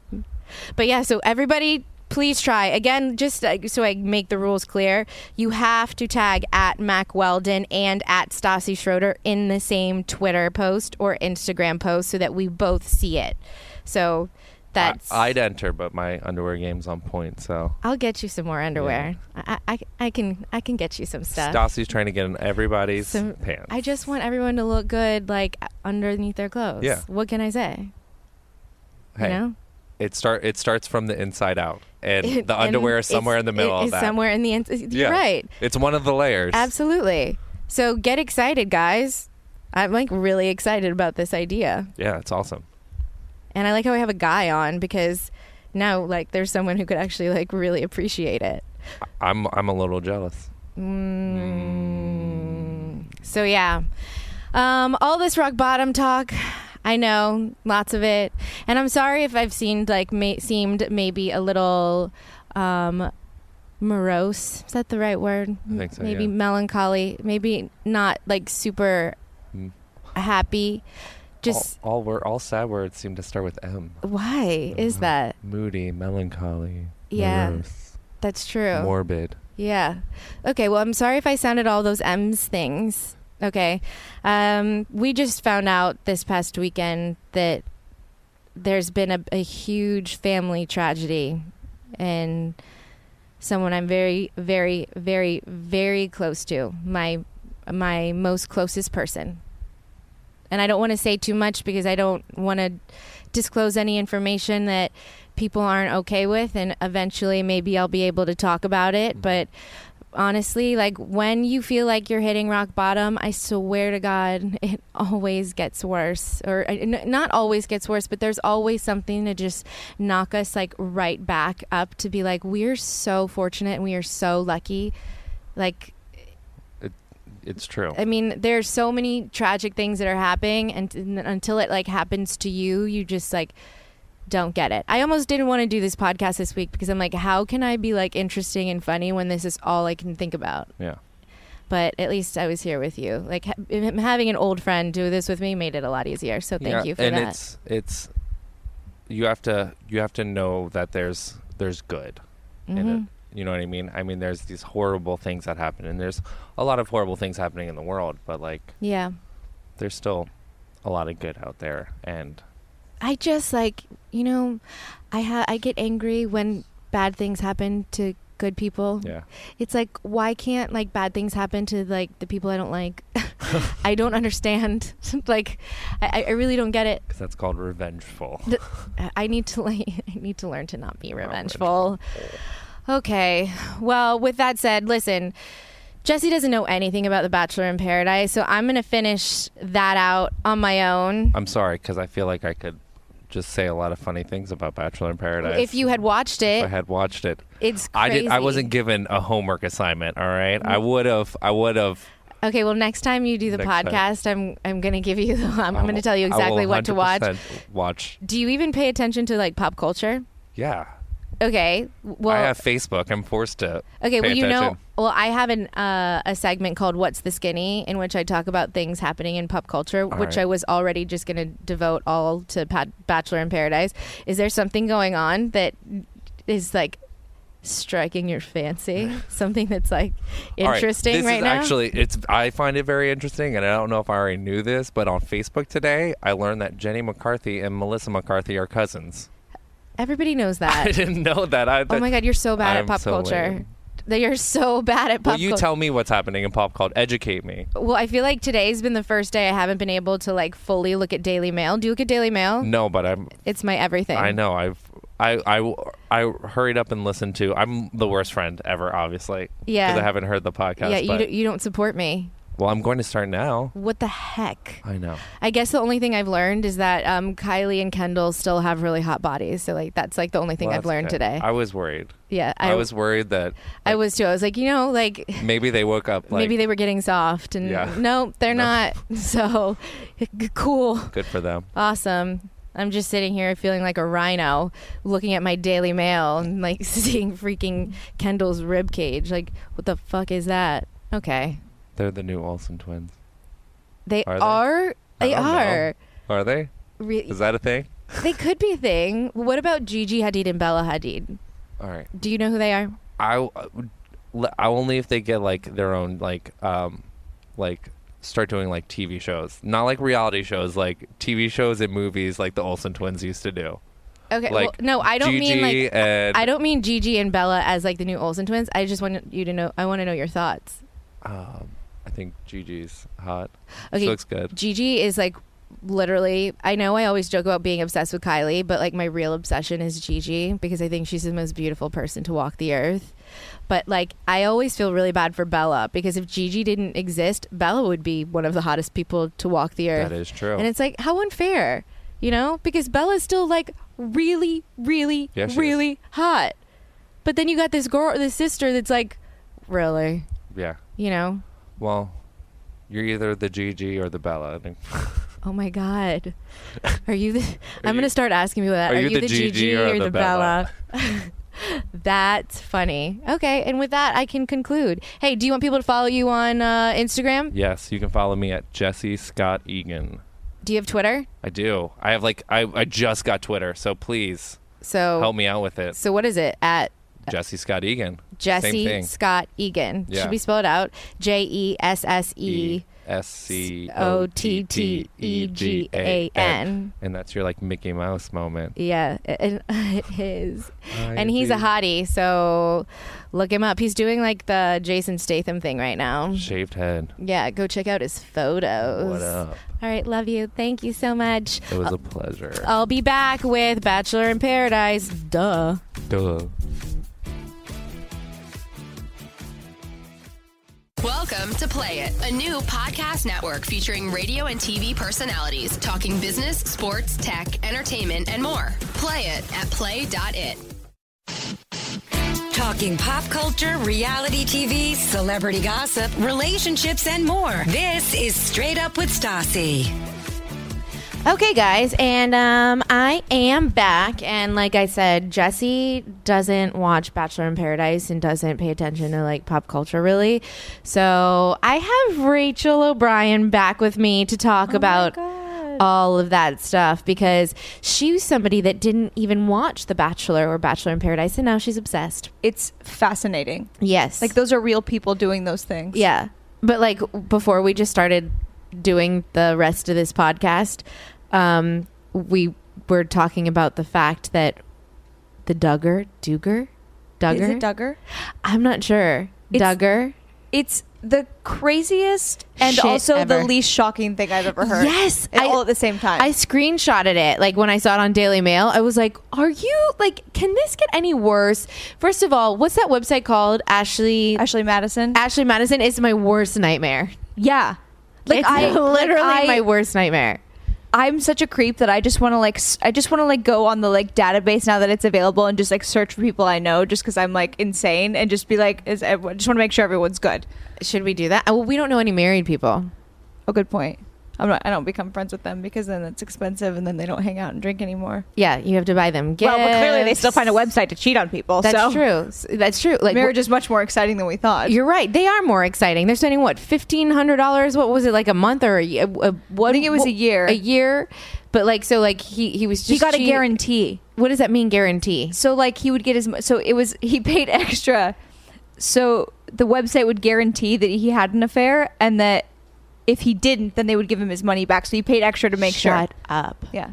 S2: But yeah, so everybody. Please try again, just like, so I make the rules clear. You have to tag at Mac Weldon and at Stassi Schroeder in the same Twitter post or Instagram post so that we both see it. So That's
S3: I, would enter, but my underwear game's on point. So
S2: I'll get you some more underwear. I, I I can I can get you some stuff.
S3: Stassi's trying to get in everybody's
S2: Some-
S3: pants.
S2: I just want everyone to look good, like underneath their clothes.
S3: Yeah.
S2: What can I say?
S3: hey,
S2: You know,
S3: it start it starts from the inside out,
S2: <laughs>
S3: and
S2: It-
S3: the underwear
S2: and
S3: is somewhere
S2: it's-
S3: in the middle
S2: it
S3: of
S2: is
S3: that.
S2: Somewhere in the ins-
S3: Yeah.
S2: You're right.
S3: It's one of the layers.
S2: Absolutely. So get excited, guys. I'm like really excited about this idea,
S3: Yeah, it's awesome.
S2: and I like how we have a guy on because now like there's someone who could actually like really appreciate it.
S3: I'm I'm a little jealous.
S2: Mm, So yeah, um, all this rock bottom talk, I know lots of it, and I'm sorry if I've seemed like may- seemed maybe a little um, morose. Is that the right word?
S3: I think so,
S2: Maybe
S3: yeah.
S2: melancholy. Maybe not like super
S3: Mm.
S2: happy. Just
S3: all, all word, all sad words seem to start with M.
S2: why
S3: Mm-hmm.
S2: is that?
S3: Moody, melancholy,
S2: Yeah.
S3: morose,
S2: That's true.
S3: morbid.
S2: Yeah. Okay. Well, I'm sorry if I sounded all those M's things. Okay. Um, we just found out this past weekend that there's been a, a huge family tragedy, and someone I'm very, very, very, very close to my my most closest person. And I don't want to say too much because I don't want to disclose any information that people aren't okay with and eventually maybe I'll be able to talk about it but honestly like when you feel like you're hitting rock bottom I swear to god <laughs> it always gets worse or uh, n- not always gets worse but there's always something to just knock us like right back up to be like we're so fortunate and we are so lucky like
S3: It's true.
S2: I mean, there's so many tragic things that are happening, and, and until it like happens to you, you just like don't get it. I almost didn't want to do this podcast this week because I'm like, how can I be like interesting and funny when this is all I can think about?
S3: yeah.
S2: But at least I was here with you. Like ha- him having an old friend do this with me made it a lot easier. So thank
S3: yeah.
S2: you for
S3: and
S2: that.
S3: it's it's you have to you have to know that there's there's good in
S2: Mm-hmm.
S3: it. You know what I mean? I mean there's these horrible things that happen and there's a lot of horrible things happening in the world, but like
S2: yeah.
S3: there's still a lot of good out there and
S2: I just like you know, I ha- I get angry when bad things happen to good people.
S3: yeah.
S2: It's like why can't like bad things happen to like the people I don't
S3: <laughs>
S2: like? <laughs> I don't understand. <laughs> like I, I really don't get it.
S3: Cuz that's called revengeful.
S2: Th- I need to <laughs> like I need to learn to not be revengeful. Okay. Well, with that said, listen. Jesse doesn't know anything about The Bachelor in Paradise, so I'm going to finish that out on my own.
S3: I'm sorry cuz I feel like I could just say a lot of funny things about Bachelor in Paradise.
S2: If you had watched
S3: if I
S2: it,
S3: had watched it.
S2: it's
S3: I
S2: crazy. Mm.
S3: did I wasn't given a homework assignment, all right? I would have I would have
S2: Okay, well, next time you do the
S3: Next time.
S2: podcast, I'm I'm gonna give you. The, I'm, I'm gonna tell you
S3: I will
S2: exactly what to watch.
S3: 100% Watch.
S2: Do you even pay attention to like pop culture?
S3: Yeah.
S2: Okay, well,
S3: I have Facebook. I'm forced to.
S2: okay,
S3: pay
S2: well, you know,
S3: attention.
S2: well, I have an uh, a segment called "What's the Skinny" in which I talk about things happening in pop culture, which
S3: right.
S2: I was already just gonna devote all to Pat- Bachelor in Paradise. Is there something going on that is like? striking your
S3: <laughs>
S2: fancy something that's like
S3: All right,
S2: interesting
S3: this
S2: right
S3: is
S2: now
S3: Actually, it's I find it very interesting, and I don't know if I already knew this, but on Facebook today, I learned that Jenny McCarthy and Melissa McCarthy are cousins. <laughs>
S2: everybody knows that
S3: I didn't know that. I,
S2: Oh my god, you're so bad
S3: I'm
S2: at pop
S3: so
S2: culture.
S3: lame.
S2: That you're so bad at
S3: Will
S2: pop.
S3: you
S2: cul-
S3: tell me what's happening in pop culture? Educate me.
S2: Well, I feel like today's been the first day I haven't been able to like fully look at Daily Mail. Do you look at Daily Mail?
S3: No, but I'm.
S2: It's my everything.
S3: I know. I've. I, I, I hurried up and listened to. I'm the worst friend ever, obviously. 'cause
S2: Yeah.
S3: I haven't heard the podcast.
S2: yeah, you
S3: but-
S2: do, you don't support me.
S3: well, I'm going to start now.
S2: What the heck?
S3: I know.
S2: I guess the only thing I've learned is that um, Kylie and Kendall still have really hot bodies. So like that's like the only thing
S3: Well,
S2: I've
S3: that's
S2: learned
S3: okay.
S2: today.
S3: I was worried.
S2: yeah,
S3: I, was worried that
S2: I was too. I was like, you know, like,
S3: maybe they woke up like
S2: maybe they were getting soft, and
S3: Yeah.
S2: no, they're
S3: No.
S2: not. <laughs> So cool.
S3: good for them.
S2: Awesome. I'm just sitting here feeling like a rhino looking at my Daily Mail and like <laughs> seeing freaking Kendall's rib cage. Like, what the fuck is that? Okay.
S3: They're the new Olsen twins.
S2: They
S3: Are
S2: are.
S3: they?
S2: They,
S3: I don't know.
S2: are.
S3: Are they?
S2: Re-
S3: Is that a thing?
S2: they could be a thing. What about Gigi Hadid and Bella Hadid?
S3: All right.
S2: Do you know who they are?
S3: I, I would- I only if they get like their own like um like start doing like TV shows, not like reality shows, like TV shows and movies like the Olsen twins used to do.
S2: Okay. well,
S3: Like
S2: no, I don't mean
S3: Gigi
S2: like
S3: and-
S2: I don't mean Gigi and Bella as like the new Olsen twins. I just want you to know. I want to know your thoughts.
S3: Um, I think Gigi's hot.
S2: Okay.
S3: She looks good.
S2: Gigi is like literally. I know I always joke about being obsessed with Kylie, but like my real obsession is Gigi because I think she's the most beautiful person to walk the earth. But like I always feel really bad for Bella because if Gigi didn't exist, Bella would be one of the hottest people to walk the earth.
S3: That is true.
S2: And it's like how unfair, you know? Because Bella's still like really, really,
S3: Yeah, she is.
S2: really hot. But then you got this girl, this sister that's like, really,
S3: yeah.
S2: you know?
S3: Well, you're either the Gigi or the Bella. I think- <laughs>
S2: Oh my God. <laughs> Are you the, I'm
S3: you-
S2: going to start asking people that. Are, you, the Gigi, or, the, Bella? That's funny. Okay. And with that, I can conclude. Hey, do you want people to follow you on uh, Instagram?
S3: yes, you can follow me at Jesse Scott Egan.
S2: Do you have Twitter?
S3: I do. I have like I, I just got Twitter, so please
S2: So,
S3: help me out with it.
S2: Oh. so what is it? At
S3: Jesse Scott Egan. Same
S2: Jesse
S3: thing.
S2: Scott Egan.
S3: Yeah.
S2: Should be spelled out J E S S E.
S3: S C O T T E G A N. And that's your like Mickey Mouse moment.
S2: Yeah, <laughs> it, it is. and he's a
S3: agree.
S2: hottie, so look him up. He's doing like the Jason Statham thing right now.
S3: Shaved head.
S2: Yeah, go check out his photos.
S3: What up?
S2: All right, love you. Thank you so much.
S3: It was a pleasure.
S2: I'll be back with Bachelor in Paradise. Duh.
S3: Duh.
S4: Welcome to Play It, a new podcast network featuring radio and TV personalities talking business, sports, tech, entertainment, and more. Play it at play.it.
S5: Talking pop culture, reality TV, celebrity gossip, relationships, and more. This is Straight Up with Stassi.
S2: Okay, guys, and um, I am back. And like I said, Jesse doesn't watch Bachelor in Paradise and doesn't pay attention to like pop culture really. So I have Rachel O'Brien back with me to talk about all of that stuff because she was somebody that didn't even watch The Bachelor or Bachelor in Paradise, and now she's obsessed.
S6: It's fascinating.
S2: Yes,
S6: Like those are real people doing those things.
S2: yeah. But like before we just started doing the rest of this podcast, um, we were talking about the fact that the Duggar, Duggar, Duggar,
S6: Is it Duggar?
S2: I'm not sure.
S6: It's-
S2: Duggar.
S6: It's the craziest and
S2: Shit
S6: also
S2: ever.
S6: the least shocking thing I've ever heard.
S2: Yes,
S6: And
S2: I-
S6: all at the same time.
S2: I screenshotted it. Like when I saw it on Daily Mail, I was like, "Are you like? Can this get any worse?" First of all, what's that website called? Ashley.
S6: Ashley Madison.
S2: Ashley Madison is my worst nightmare.
S6: yeah. Like
S2: it's
S6: I
S2: literally
S6: like, I-
S2: my worst nightmare.
S6: I'm such a creep that I just want to like s- I just want to like go on the like database now that it's available and just like search for people I know just because I'm like insane and just be like is everyone just want to make sure everyone's good.
S2: Should we do that? Oh, well, we don't know any married people.
S6: Oh, good point. I'm not. I don't become friends with them because then it's expensive and then they don't hang out and drink anymore.
S2: Yeah, you have to buy them gifts.
S6: Well, but clearly they still find a website to cheat on people.
S2: That's
S6: so.
S2: true. S- That's true. Like
S6: Marriage
S2: we're-
S6: is much more exciting than we thought.
S2: You're right. They are more exciting. They're spending what fifteen hundred dollars. What was it like a month or a, ye- a, a what?
S6: I think it was a year.
S2: A year. But like so, like he he was just
S6: he got a
S2: cheating-
S6: guarantee.
S2: What does that mean? Guarantee.
S6: So like he would get his. mo- So it was he paid <laughs> extra. So the website would guarantee that he had an affair and that if he didn't, then they would give him his money back. So he paid extra to make
S2: Shut
S6: sure.
S2: up.
S6: Yeah.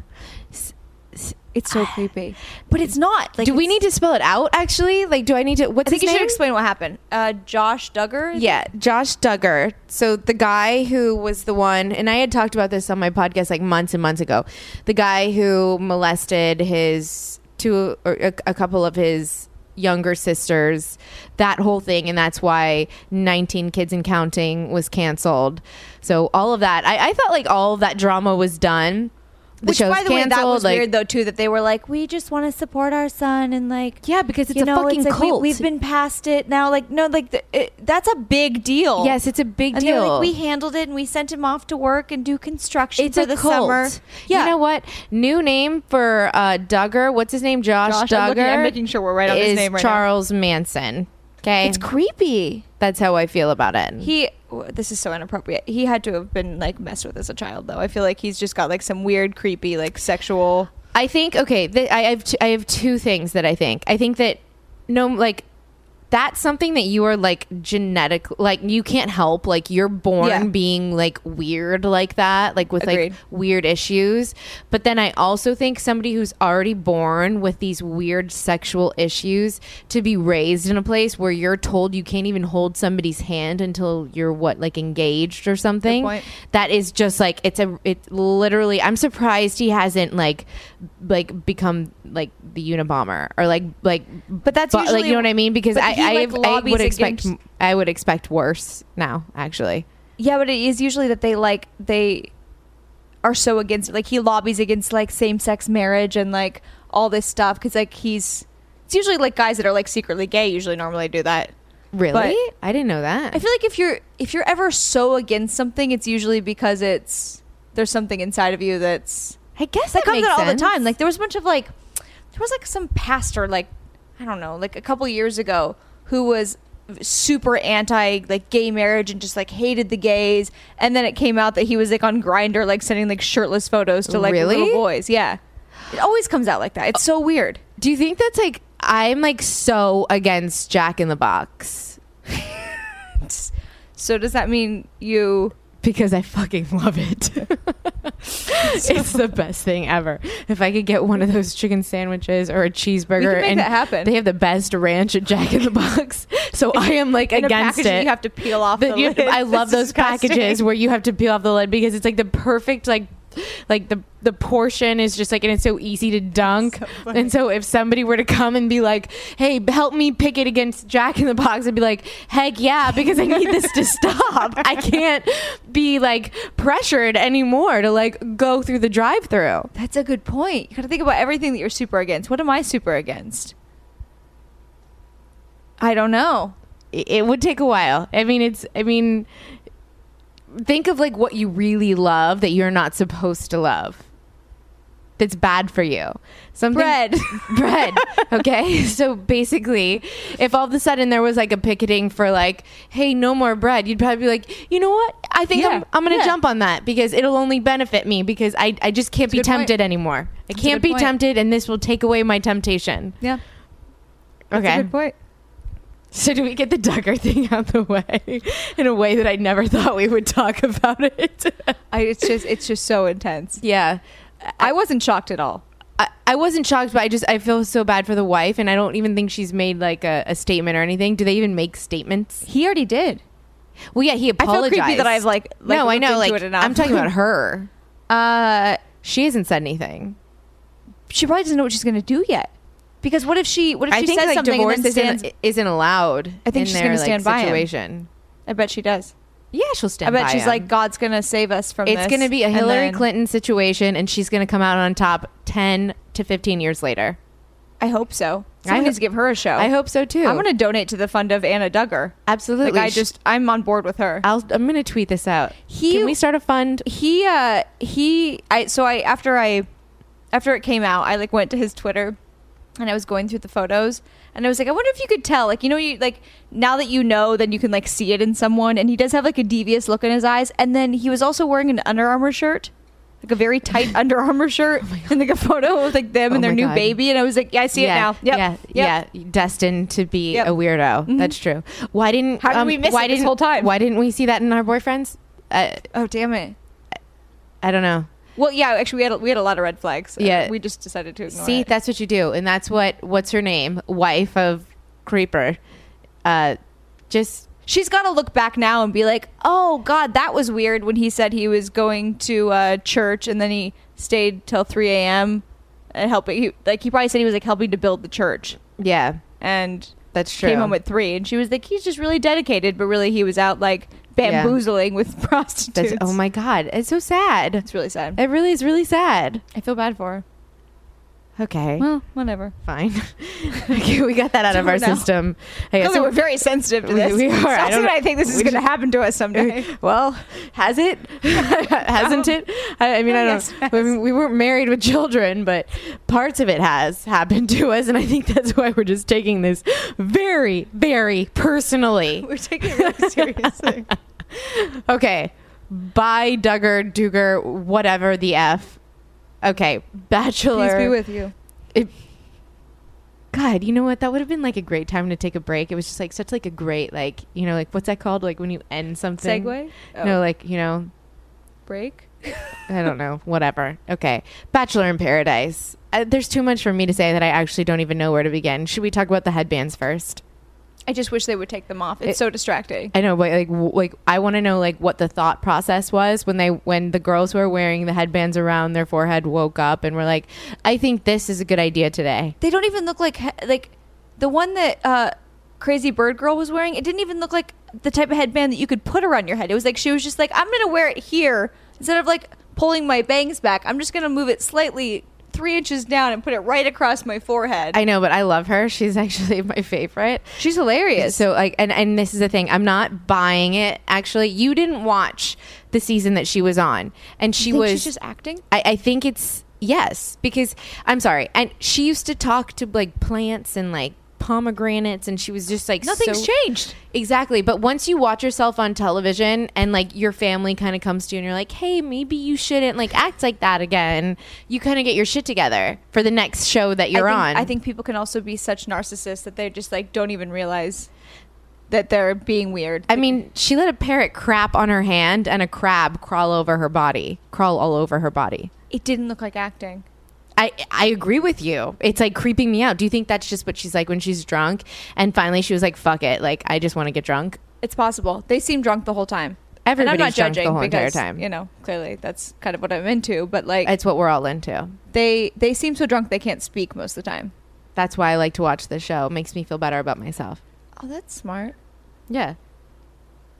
S6: It's so creepy, Ah. but it's not. Like,
S2: do we
S6: it's-
S2: need to spell it out? Actually, like, do I need to? What's
S6: I think you
S2: his
S6: should
S2: name?
S6: explain what happened. Uh, Josh Duggar.
S2: Yeah, Josh Duggar. So the guy who was the one, and I had talked about this on my podcast like months and months ago. The guy who molested his two or a, a couple of his younger sisters, that whole thing, and that's why 19 Kids and Counting was canceled. So all of that, I, I thought like all of that drama was done. The
S6: Which,
S2: show's
S6: by the way, that
S2: canceled,
S6: was
S2: like-
S6: weird though too. That they were like, "We just want to support our son," and like,
S2: Yeah, because it's
S6: you
S2: a
S6: know,
S2: fucking
S6: it's like,
S2: cult.
S6: We, have been past it now. Like, no, like the, it, that's a big deal.
S2: Yes, it's a big
S6: And they were
S2: deal.
S6: like, we handled it, and we sent him off to work and do construction
S2: it's
S6: for
S2: a
S6: the
S2: cult.
S6: summer.
S2: You know what? New name for uh, Duggar. What's his name? Josh,
S6: Josh,
S2: Duggar.
S6: I'm looking- I'm making sure we're right on his
S2: is
S6: name right now.
S2: Charles Manson. Okay,
S6: It's creepy.
S2: that's how I feel about it.
S6: He. w- This is so inappropriate. He had to have been like messed with as a child, though. I feel like he's just got like some weird, creepy, like sexual.
S2: I think okay. Th- I I have t- I have two things that I think. I think that no, like that's something that you are like genetic like you can't help like you're born
S6: Yeah.
S2: being like weird like that like with like
S6: Agreed.
S2: weird issues but then i also think somebody who's already born with these weird sexual issues to be raised in a place where you're told you can't even hold somebody's hand until you're what like engaged or something
S6: point.
S2: that is just like it's a it's literally i'm surprised he hasn't like like become like the unabomber or like like
S6: But that's
S2: but, like
S6: usually-
S2: you know what I mean because
S6: but
S2: I
S6: he,
S2: I,
S6: like,
S2: have- I
S6: lobbies
S2: would expect
S6: against-
S2: I would expect worse now actually.
S6: Yeah, but it is usually that they like they are so against like he lobbies against like same-sex marriage and like all this stuff cuz like he's it's usually like guys that are like secretly gay usually normally do that.
S2: Really,
S6: But-
S2: I didn't know that.
S6: I feel like if you're if you're ever so against something it's usually because it's there's something inside of you that's
S2: I guess
S6: that,
S2: that
S6: comes
S2: makes
S6: out all the
S2: sense.
S6: time. Like there was a bunch of like there was like some pastor like I don't know, like a couple years ago who was super anti like gay marriage and just like hated the gays and then it came out that he was like on grinder like sending like shirtless photos to like
S2: Really?
S6: little boys. Yeah. It always comes out like that. It's so weird. <laughs>
S2: Do you think that's like I'm like so against Jack in the Box
S6: So does that mean you
S2: because I fucking love it. <laughs> it's the best thing ever. If I could get one of those chicken sandwiches or a cheeseburger
S6: make
S2: and
S6: that happen.
S2: they have the best ranch at Jack in the Box. So I am like
S6: in a
S2: against
S6: package that
S2: it.
S6: you have to peel off the,
S2: that you-
S6: lid?
S2: I love
S6: That's
S2: those
S6: disgusting.
S2: packages where you have to peel off the lid because it's like the perfect like like the the portion is just like and it's so easy to dunk. and so if somebody were to come and be like, "Hey, help me pick it against Jack in the Box," I'd be like, "Heck yeah!" Because I need this to stop. I can't be like pressured anymore to like go through the drive-through.
S6: That's a good point. You got to think about everything that you're super against. What am I super against? I don't know.
S2: it it would take a while. I mean, it's. I mean, think of like what you really love that you're not supposed to love. That's bad for you. Something
S6: Bread.
S2: <laughs> bread. Okay, <laughs> so basically, if all of a sudden there was like a picketing for like, hey, no more bread, you'd probably be like, you know what? I think
S6: Yeah.
S2: I'm, I'm gonna
S6: Yeah.
S2: jump on that because it'll only benefit me because I I just can't be
S6: good point.
S2: tempted anymore. I
S6: a
S2: can't
S6: good
S2: be
S6: point.
S2: tempted, and this will take away my temptation.
S6: Yeah.
S2: Okay.
S6: That's a good point.
S2: So do we get the Ducker thing
S6: <laughs>
S2: out the way in a way that I never thought we would talk about it?
S6: I, it's just it's just so intense.
S2: yeah.
S6: I wasn't shocked at all.
S2: I, I wasn't shocked, but I just I feel so bad for the wife, and I don't even think she's made like a, a statement or anything. Do they even make statements?
S6: He already did.
S2: Well, yeah, he
S6: I feel
S2: apologized.
S6: creepy that I've, like- like,
S2: no, I
S6: looked
S2: know.
S6: into
S2: Like
S6: it enough.
S2: I'm talking about
S6: <laughs>
S2: her.
S6: Uh,
S2: She hasn't said anything.
S6: she probably doesn't know what she's gonna do yet. Because what if she what if
S2: I
S6: she
S2: think
S6: says
S2: like
S6: something and
S2: divorce
S6: then
S2: isn't,
S6: stands?
S2: isn't allowed.
S6: I think
S2: in
S6: she's
S2: their,
S6: gonna
S2: like,
S6: stand by him.
S2: situation.
S6: I bet she does.
S2: Yeah, she'll stand.
S6: I bet
S2: by
S6: she's
S2: him.
S6: like God's gonna save us from
S2: it's
S6: this.
S2: going to be a
S6: and
S2: Hillary
S6: then-
S2: Clinton situation, and she's going to come out on top ten to fifteen years later.
S6: I hope so.
S2: I
S6: Someone
S2: hope-
S6: needs to give her a show.
S2: I hope so too.
S6: I'm gonna donate to the fund of Anna Duggar.
S2: absolutely.
S6: Like I
S2: Sh-
S6: just I'm on board with her.
S2: I'll, I'm gonna tweet this out.
S6: He-
S2: Can we start a fund?
S6: he uh he i so i after i after it came out i like went to his twitter and i was going through the photos and i was like i wonder if you could tell like you know you like now that you know then you can like see it in someone and he does have like a devious look in his eyes and then he was also wearing an under armor shirt like a
S2: <laughs>
S6: very tight Under Armour shirt, and like a photo of like them
S2: Oh
S6: and their
S2: my
S6: new
S2: God.
S6: baby, and I was like, "Yeah, I see
S2: yeah,
S6: it now." Yep.
S2: Yeah,
S6: Yep.
S2: yeah. Destined to be
S6: Yep.
S2: a weirdo. That's true. Why didn't? um,
S6: How did we miss
S2: why
S6: it this
S2: didn't-
S6: whole time?
S2: Why didn't we see that in our boyfriends? I,
S6: Oh damn it!
S2: I don't know.
S6: Well, yeah. Actually, we had a, we had a lot of red flags. Uh,
S2: Yeah.
S6: we just decided to ignore
S2: See,
S6: it.
S2: that's what you do, and that's what what's her name, wife of Creeper. Uh, just
S6: She's got to look back now and be like, "Oh God, that was weird when he said he was going to uh, church and then he stayed till 3 a.m. and helping. He, like he probably said he was like helping to build the church
S2: yeah,
S6: and
S2: that's true.
S6: came home at three. And she was like, he's just really dedicated, but really he was out like bamboozling with <laughs> prostitutes.
S2: That's, oh my god, it's so sad.
S6: it's really sad.
S2: It really is really sad.
S6: I feel bad for her.
S2: Okay.
S6: Well, whatever.
S2: fine. <laughs> okay, we got that out of our
S6: So now-
S2: system. Okay,
S6: Clearly, we're <laughs> very sensitive to
S2: We-
S6: this.
S2: we are.
S6: So
S2: I
S6: soon
S2: don't-
S6: I think this
S2: <laughs>
S6: is
S2: we
S6: going to
S2: should-
S6: happen to us someday.
S2: well, has it? <laughs> Hasn't it? I, I mean, I
S6: Yes,
S2: don't. I mean, we weren't married with children, but parts of it has happened to us, and I think that's why we're just taking this very, very
S6: <laughs>
S2: personally.
S6: We're taking it
S2: <laughs>
S6: really seriously.
S2: Okay, bye, Duggar, Duggar, whatever the f. Okay, Bachelor.
S6: Peace be with you.
S2: God, you know what? That would have been like a great time to take a break. It was just like such like a great like you know like what's that called like when you end something?
S6: Segue?
S2: No,
S6: Oh.
S2: like you know
S6: break.
S2: I don't know. Whatever. Okay. Bachelor in Paradise. Uh, there's too much for me to say that I actually don't even know where to begin. Should we talk about the headbands first?
S6: I just wish they would take them off. It's
S2: It-
S6: so distracting.
S2: I know, but like, w- like I want to know like what the thought process was when they when the girls who are wearing the headbands around their forehead woke up and were like, I think this is a good idea today.
S6: They don't even look like he- like the one that uh, Crazy Bird Girl was wearing. It didn't even look like the type of headband that you could put around your head. It was like she was just like, I'm gonna wear it here instead of like pulling my bangs back. I'm just gonna move it slightly three inches down and put it right across my forehead.
S2: I know, but I love her. She's <laughs> actually my favorite.
S6: She's hilarious.
S2: So like, and and this is the thing. I'm not buying it. Actually, you didn't watch the season that she was on, and she
S6: You think
S2: was
S6: she's just acting?
S2: I, I think it's yes because I'm sorry, and she used to talk to like plants and like pomegranates, and she was just like
S6: Nothing's
S2: so-
S6: changed.
S2: Exactly, but once you watch yourself on television and like your family kind of comes to you and you're like, "Hey, maybe you shouldn't like act like that again." You kind of get your shit together for the next show that you're
S6: I think,
S2: on.
S6: I think people can also be such narcissists that they just like don't even realize that they're being weird.
S2: I mean, she let a parrot crap on her hand and a crab crawl over her body, crawl all over her body.
S6: it didn't look like acting.
S2: I, I agree with you. It's like creeping me out. Do you think that's just what she's like when she's drunk? And finally, she was like, "Fuck it, like I just want to get drunk."
S6: It's possible. They seem drunk the whole time.
S2: Everybody's
S6: and I'm not
S2: drunk the
S6: judging
S2: whole entire
S6: because,
S2: time.
S6: You know, clearly that's kind of what I'm into. But like,
S2: It's what we're all into.
S6: they they seem so drunk they can't speak most of the time.
S2: That's why I like to watch this show. It makes me feel better about myself.
S6: Oh, that's smart.
S2: Yeah,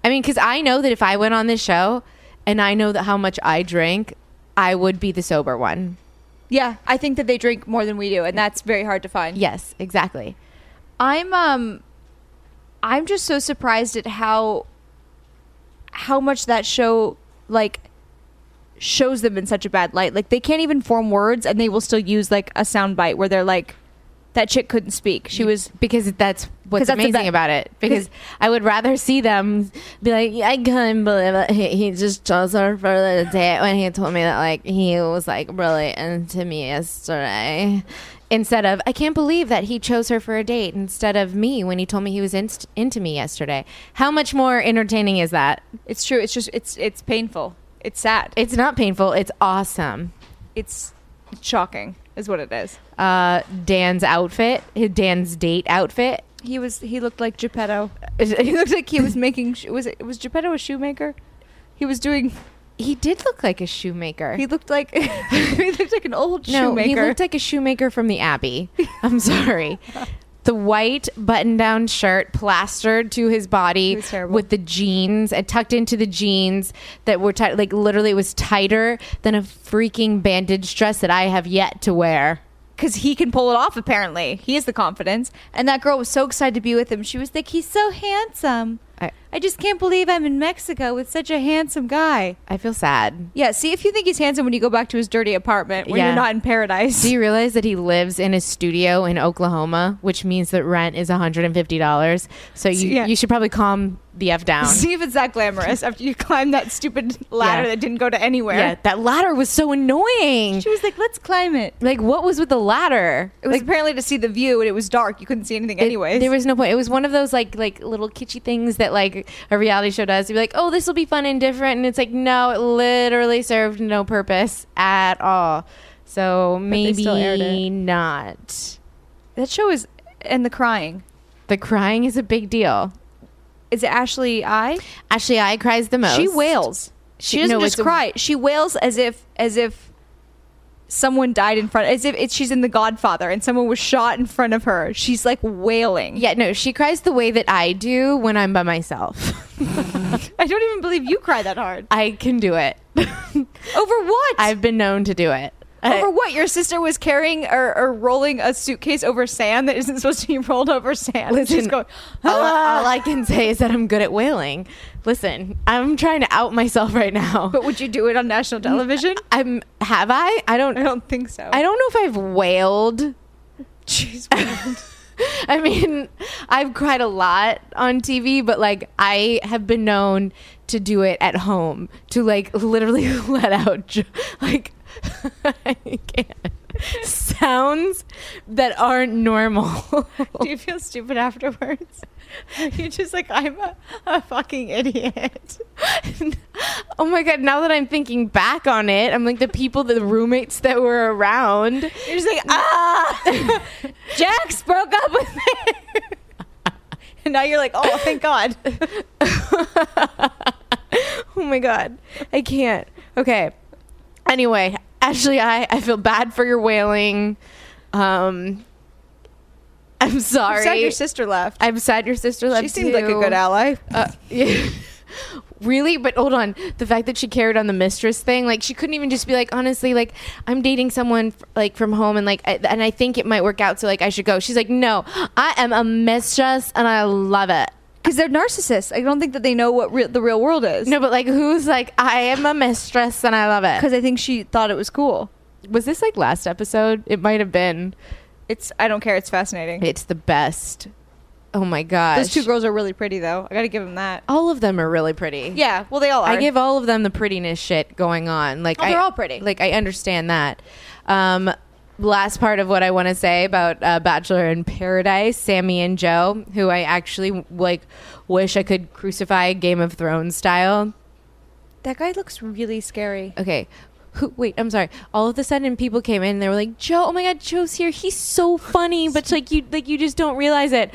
S2: I mean, because I know that if I went on this show, and I know that how much I drink, I would be the sober one.
S6: Yeah, I think that they drink more than we do, and that's very hard to find.
S2: Yes, exactly.
S6: I'm um, I'm just so surprised at how how much that show like shows them in such a bad light. Like they can't even form words, and they will still use like a sound bite where they're like, "That chick couldn't speak. She was
S2: because that's what's
S6: 'Cause that's the
S2: amazing
S6: be-
S2: about it. Because
S6: 'cause-
S2: I would rather see them be like, I couldn't believe it. He, he just chose her for the date when he told me that like he was like really into me yesterday. Instead of, I can't believe that he chose her for a date instead of me when he told me he was inst- into me yesterday. How much more entertaining is that?
S6: It's true. It's just it's it's painful. It's sad.
S2: It's not painful. It's awesome.
S6: It's shocking, is what it is.
S2: Uh, Dan's outfit, his Dan's date outfit.
S6: He was he looked like Geppetto. <laughs> He looked like he was making sho- was it was Geppetto a shoemaker? He was doing.
S2: He did look like a shoemaker.
S6: He looked like <laughs> he looked like an old
S2: No,
S6: shoemaker.
S2: he looked like a shoemaker from the Abbey.
S6: <laughs>
S2: I'm sorry. The white button-down shirt plastered to his body
S6: It was terrible.
S2: with the jeans and tucked into the jeans that were tight, like literally it was tighter than a freaking bandage dress that I have yet to wear.
S6: because he can pull it off. Apparently, he has the confidence. And that girl was so excited to be with him. She was like, "He's so handsome.
S2: I-
S6: I, just can't believe I'm in Mexico with such a handsome guy."
S2: I feel sad.
S6: Yeah. See if you think he's handsome when you go back to his dirty apartment when
S2: Yeah.
S6: you're not in paradise.
S2: Do you realize that he lives in a studio in Oklahoma, which means that rent is $150? So you,
S6: Yeah.
S2: you should probably calm the F
S6: <laughs>
S2: down.
S6: See if it's that glamorous after you climb that stupid ladder
S2: Yeah.
S6: that didn't go to anywhere.
S2: Yeah, that ladder was so annoying.
S6: She was like, let's climb it.
S2: Like, what was with the ladder?
S6: It was apparently to see the view and it was dark. You couldn't see anything
S2: It-
S6: anyways.
S2: there was no point. It was one of those like like little kitschy things that like a reality show does. You'd be like, oh, this will be fun and different, and it's like, no, it literally served no purpose at all. So
S6: they
S2: maybe
S6: still aired it.
S2: not.
S6: that show is and the crying.
S2: The crying is a big deal.
S6: Is it Ashley I?
S2: Ashley I cries the most.
S6: She wails. She, doesn't
S2: no,
S6: just
S2: it's a-
S6: cry. She wails as if as if someone died in front as if it, she's in The Godfather and someone was shot in front of her. She's like wailing.
S2: Yeah, no, she cries the way that I do when I'm by myself. <laughs>
S6: I don't even believe you cry that hard.
S2: I can do it. <laughs>
S6: Over what?
S2: I've been known to do it. I-
S6: Over what? Your sister was carrying or, or rolling a suitcase over sand that isn't supposed to be rolled over sand.
S2: Listen,
S6: She's going,
S2: all,
S6: <laughs> "Ah."
S2: all I can say is that I'm good at whaling. Listen, I'm trying to out myself right now.
S6: but would you do it on national television?
S2: I'm have I? I don't
S6: I don't think so.
S2: I
S6: <laughs>
S2: don't know if I've wailed.
S6: She's <laughs>
S2: <laughs> I mean, I've cried a lot on TV, but like I have been known to do it at <laughs> home to like literally let out jo- like <laughs> I can't. sounds that aren't normal.
S6: <laughs> Do you feel stupid afterwards? You're just like, I'm a, a fucking idiot.
S2: <laughs> oh my god! Now that I'm thinking back on it, I'm like the people, the roommates that were around.
S6: You're just
S2: <laughs>
S6: like, ah, Jax broke up with me. and now you're like, oh, thank <laughs> God.
S2: <laughs> Oh my god, I can't. Okay. Anyway, Ashley, I I feel bad for your wailing. Um, I'm sorry.
S6: Sad your sister left.
S2: I'm sad your sister left.
S6: she seemed like a
S2: too.
S6: good ally.
S2: Uh, yeah. <laughs> really? But hold on. The fact that she carried on the mistress thing, like she couldn't even just be like, honestly, like I'm dating someone f- like from home, and like, I, and I think it might work out, so like I should go. She's like, no, I am a mistress, and I love it.
S6: Because they're narcissists. I don't think that they know what re- the real world is.
S2: No, but like, who's like, I am a mistress, and I love it.
S6: because I think she thought it was cool.
S2: was this like last episode? It might have been.
S6: It's I don't care. It's fascinating.
S2: It's the best. Oh my gosh.
S6: Those two girls are really pretty, though. I got to give them that.
S2: All of them are really pretty.
S6: Yeah, well, they all are.
S2: I give all of them the prettiness shit going on. Like
S6: Oh, they're
S2: I-
S6: all pretty.
S2: Like I understand that. Um, last part of what I want to say about uh, Bachelor in Paradise, Sammy and Joe, who I actually like wish I could crucify Game of Thrones style.
S6: that guy looks really scary.
S2: Okay. Who, wait, I'm sorry. All of a sudden, people came in. and They were like, "Joe, oh my God, Joe's here. He's so funny, but like you, like you just don't realize it."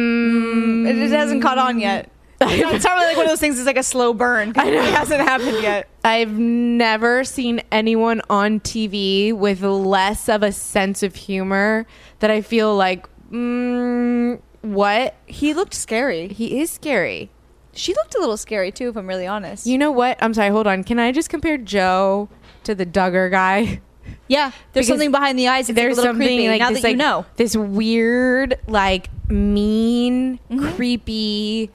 S2: Mm.
S6: It, it hasn't caught on yet.
S2: <laughs>
S6: it's not really like one of those things. It's like a slow burn. I know. It hasn't happened yet.
S2: I've never seen anyone on TV with less of a sense of humor that I feel like, mm, what?
S6: He looked scary.
S2: He is scary.
S6: She looked a little scary too, if I'm really honest.
S2: You know what? I'm sorry, hold on. Can I just compare Joe to the Duggar guy? <laughs>
S6: yeah, there's
S2: Because
S6: something behind the eyes. That's
S2: There's
S6: like a little
S2: something
S6: creepy.
S2: like
S6: now
S2: this,
S6: that you
S2: like,
S6: know,
S2: this weird, like mean, creepy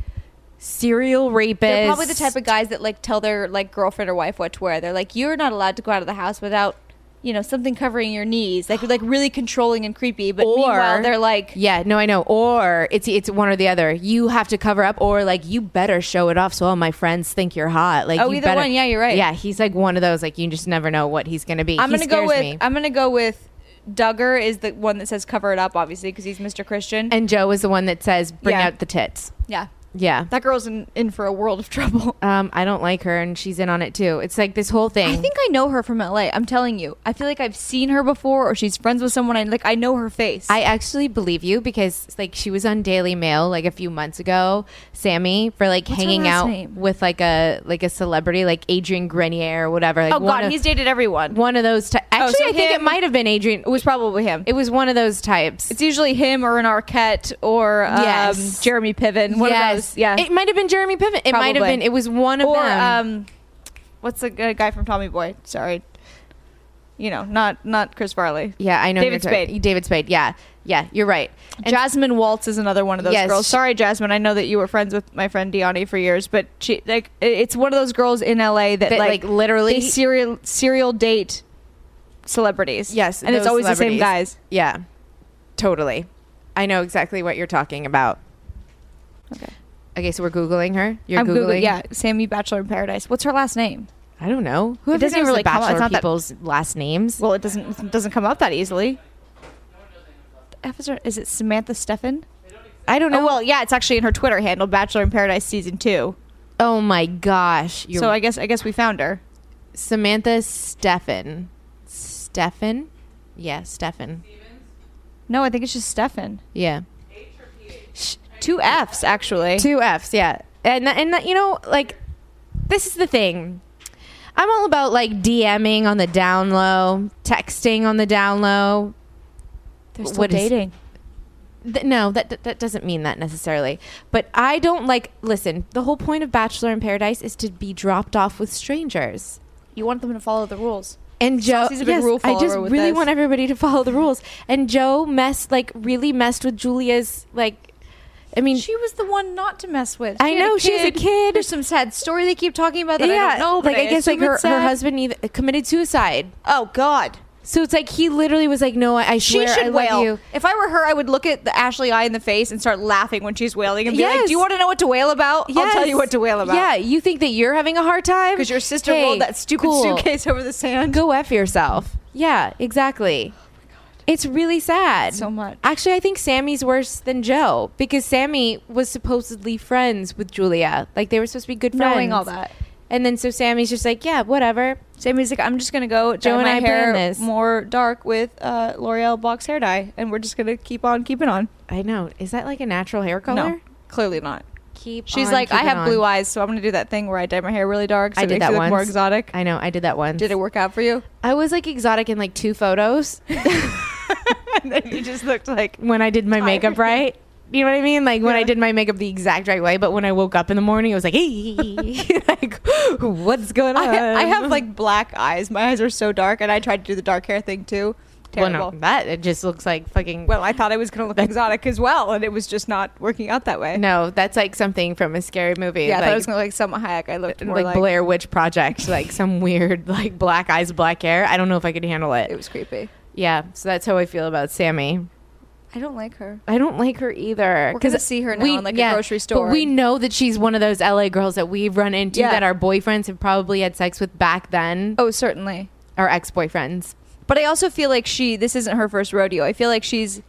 S2: serial rapist.
S6: Mm-hmm. they're probably the type of guys that like tell their like girlfriend or wife what to wear. They're like, you're not allowed to go out of the house without, you know, something covering your knees. Like, like really controlling and creepy. But meanwhile, they're like,
S2: yeah no i know or it's it's one or the other you have to cover up or like you better show it off so all my friends think you're hot like
S6: Oh,
S2: you
S6: either
S2: better-
S6: one. Yeah, you're right.
S2: yeah he's like one of those like you just never know what he's gonna be
S6: I'm
S2: He
S6: gonna go
S2: scares
S6: with
S2: me.
S6: I'm gonna go with Duggar is the one that says cover it up, obviously, because he's Mr. Christian.
S2: and joe is the one that says bring
S6: Yeah.
S2: out the tits
S6: yeah,
S2: yeah
S6: that girl's in, in for a world
S2: <laughs>
S6: of trouble.
S2: um i don't like her and she's in on it too it's like this whole thing
S6: I think I know her from LA. I'm telling you, I feel like I've seen her before, or she's friends with someone. I like I know her face.
S2: I actually believe you because like she was on Daily Mail like a few months ago, Sammy, for like
S6: What's her
S2: hanging
S6: last
S2: out
S6: name?
S2: with like a like a celebrity like Adrian Grenier or whatever. Like
S6: oh
S2: one
S6: God,
S2: of-
S6: he's dated everyone.
S2: one of those. Ty- Actually,
S6: so
S2: I think it
S6: him-
S2: might have been Adrian.
S6: It was probably him.
S2: It was one of those types.
S6: it's usually him or an Arquette or um,
S2: Yes.
S6: Jeremy Piven. One of those. Yeah.
S2: It might have been Jeremy Piven. It might have
S6: Probably.
S2: been. It was one of
S6: or
S2: them.
S6: um, what's the g- guy from Tommy Boy? Sorry, you know, not not Chris Farley.
S2: yeah, I know. who
S6: David
S2: you're talking-
S6: Spade.
S2: David Spade. Yeah, yeah, you're right. And
S6: Jasmine Waltz is another one of those
S2: Yes,
S6: girls.
S2: she-
S6: Sorry, Jasmine. I know that you were friends with my friend Deani for years, but she like i- it's one of those girls in LA that,
S2: That, like, literally-
S6: they serial serial date celebrities.
S2: yes,
S6: and it's
S2: those
S6: always the same
S2: celebrities.
S6: guys.
S2: Yeah, totally. I know exactly what you're talking about.
S6: Okay.
S2: Okay, so we're googling her. You're
S6: I'm
S2: googling.
S6: googling. Yeah, Sammy Bachelor in Paradise. What's her last name?
S2: I don't know. Who
S6: doesn't
S2: knows
S6: really
S2: the
S6: come up. It's
S2: bachelor
S6: not that-
S2: people's last names?
S6: Well, it doesn't it doesn't come up that easily. The F is, her- is it Samantha Stefan?
S2: I don't know.
S6: Oh well, yeah, it's actually in her Twitter handle, Bachelor in Paradise season two.
S2: oh my gosh. You're
S6: so I guess I guess we found her.
S2: Samantha Stefan. Stefan? Yeah, Stefan.
S6: No, I think it's just Stefan.
S2: Yeah.
S6: Two F's actually.
S2: Two F's, yeah. And tha- and tha- you know, like this is the thing. I'm all about like DMing on the down low, texting on the down low.
S6: They're
S2: still dating. Th- no, that, that that doesn't mean that necessarily. But I don't like listen, the whole point of Bachelor in Paradise is to be dropped off with strangers.
S6: You want them to follow the rules.
S2: And Joe,
S6: Chelsea's a big
S2: yes,
S6: rule
S2: I just
S6: follower with
S2: really
S6: this.
S2: want everybody to follow the rules. And Joe messed, like, really messed with Julia's, like, I mean,
S6: She was the one not to mess with.
S2: I know, she has a kid.
S6: There's some sad story they keep talking about that I don't know. But
S2: like, I, guess, like,
S6: assume
S2: her,
S6: it's
S2: her
S6: sad.
S2: husband either, committed suicide.
S6: Oh God,
S2: So it's like he literally was like, "No, I, I
S6: she
S2: swear, I
S6: should
S2: love
S6: wail.
S2: you."
S6: If I were her, I would look at the Ashley eye in the face and start laughing when she's wailing and be like,
S2: Yes.
S6: "Do you want to know what to wail about? I'll tell
S2: Yes.
S6: you what to wail about."
S2: Yeah, you think that you're having a hard time
S6: because your sister
S2: Hey,
S6: rolled that stupid
S2: cool.
S6: suitcase over the sand.
S2: Go f yourself. Yeah, exactly. It's really sad.
S6: So much.
S2: Actually, I think Sammy's worse than Joe because Sammy was supposedly friends with Julia. Like they were supposed to be good friends.
S6: <laughs> Knowing all that.
S2: And then so Sammy's just like, yeah, whatever.
S6: Sammy's like, I'm just gonna go dye
S2: Joe and
S6: my
S2: I
S6: hair
S2: planned this.
S6: more dark with uh, L'Oreal box hair dye, and we're just gonna keep on keeping on.
S2: I know. Is that like a natural hair color?
S6: No, clearly not.
S2: Keep.
S6: She's
S2: on
S6: like, I
S2: Oh, keeping
S6: have blue
S2: on."
S6: eyes, so I'm gonna do that thing where I dye my hair really dark. So
S2: I
S6: it
S2: did
S6: makes
S2: that
S6: you look
S2: once.
S6: More exotic.
S2: I know. I did that once.
S6: Did it work out
S2: <laughs>
S6: for you?
S2: I was like exotic in like two photos
S6: <laughs> and then you just looked like
S2: when I did my makeup right. You know what I mean? Like when I did my makeup the exact right way, but when I woke up in the morning, I was like, hey, <laughs> like what's going on?
S6: I, I have like black eyes. My eyes are so dark, and I tried to do the dark hair thing too. Terrible.
S2: <laughs> Well, no, that it just looks like fucking.
S6: Well, I thought I was going to look exotic as well, and it was just not working out that way.
S2: no, that's like something from a scary movie.
S6: Yeah, I
S2: like, uh,
S6: thought I was going to like Selma Hayek. I looked more
S2: like,
S6: like,
S2: Blair Witch Project, like some weird like black eyes, black hair. I don't know if I could handle it.
S6: It was creepy.
S2: yeah, so that's how I feel about Sammy.
S6: I don't like her.
S2: I don't like her either.
S6: We're gonna see her now in, like, a grocery store.
S2: But we know that she's one of those LA girls that we've run into
S6: Yeah.
S2: that our boyfriends have probably had sex with back then,
S6: Oh, certainly.
S2: our ex boyfriends.
S6: But I also feel like she. This isn't her first rodeo. I feel like she's.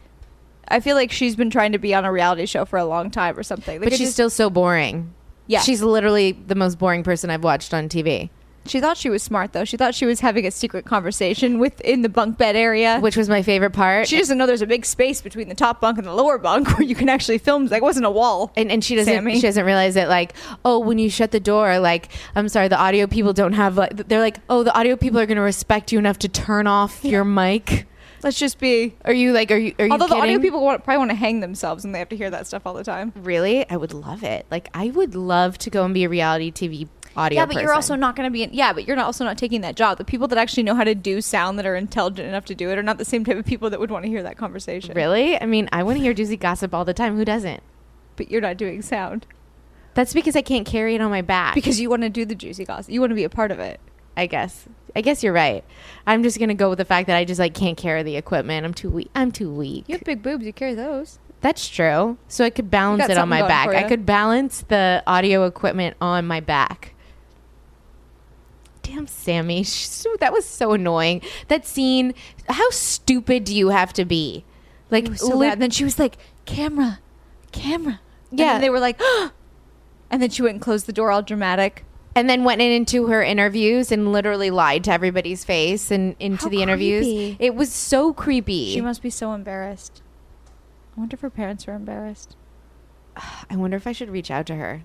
S6: I feel like she's been trying to be on a reality show for a long time or something. Like,
S2: But
S6: it
S2: she's
S6: just-
S2: still so boring.
S6: Yeah.
S2: She's literally the most boring person I've watched on TV,
S6: She thought she was smart though. She thought she was having a secret conversation within the bunk bed area.
S2: which was my favorite part.
S6: she doesn't know there's a big space between the top bunk and the lower bunk <laughs> where you can actually film. Like, it wasn't a wall.
S2: and, and she doesn't
S6: Sammy.
S2: she doesn't realize that like oh when you shut the door like I'm sorry the audio people don't have like they're like oh the audio people are gonna respect you enough to turn off your mic.
S6: Let's just be.
S2: Are you like are you are
S6: Although
S2: you kidding?
S6: the audio people want, probably want to hang themselves and they have to hear that stuff all the time.
S2: really I would love it like I would love to go and be a reality TV audio.
S6: Yeah, but you're
S2: person.
S6: also not going to be. In, yeah, but you're not also not taking that job. The people that actually know how to do sound that are intelligent enough to do it are not the same type of people that would want to hear that conversation.
S2: <laughs> really I mean I want to hear doozy gossip all the time. Who doesn't?
S6: But you're not doing sound
S2: That's because I can't carry it on my back.
S6: because you want to do the juicy gossip. You want to be a part of it.
S2: I guess I guess you're right. I'm just gonna go with the fact that I just like can't carry the equipment. I'm too weak. I'm too weak.
S6: You have big boobs. You carry those.
S2: That's true. So I could balance
S6: got
S2: it on
S6: something
S2: my
S6: going
S2: back.
S6: for
S2: I
S6: ya.
S2: could balance the audio equipment on my back. Damn, Sammy. <laughs> She's so- That was so annoying. That scene. How stupid do you have to be? Like,
S6: So
S2: lit-
S6: bad. And then she was like, "Camera, camera."
S2: Yeah.
S6: And then they were like, <gasps> and then she went and closed the door, all dramatic.
S2: and then went in into her interviews and literally lied to everybody's face and into
S6: How
S2: the interviews.
S6: creepy.
S2: It was so creepy.
S6: She must be so embarrassed. I wonder if her parents were embarrassed.
S2: I wonder if I should reach out to her.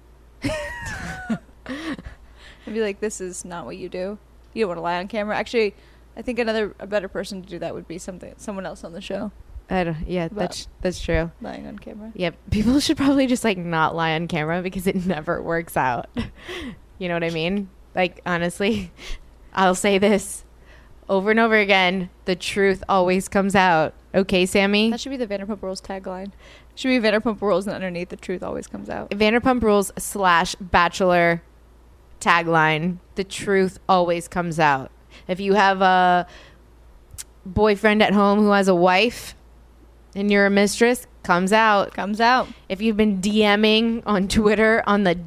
S6: I'd be like, this is not what you do. You don't want to lie on camera. Actually, I think another a better person to do that would be something someone else on the show
S2: I don't, yeah,
S6: But-
S2: that's that's true.
S6: lying on camera.
S2: Yep. People should probably just like not lie on camera because it never works out. you know what I mean? Like honestly, I'll say this over and over again, the truth always comes out. Okay, Sammy?
S6: That should be the Vanderpump Rules tagline. Should be Vanderpump Rules, and underneath the truth always comes out.
S2: Vanderpump Rules slash Bachelor tagline: The truth always comes out. If you have a boyfriend at home who has a wife, and you're a mistress, comes out.
S6: Comes out.
S2: If you've been DMing on Twitter on the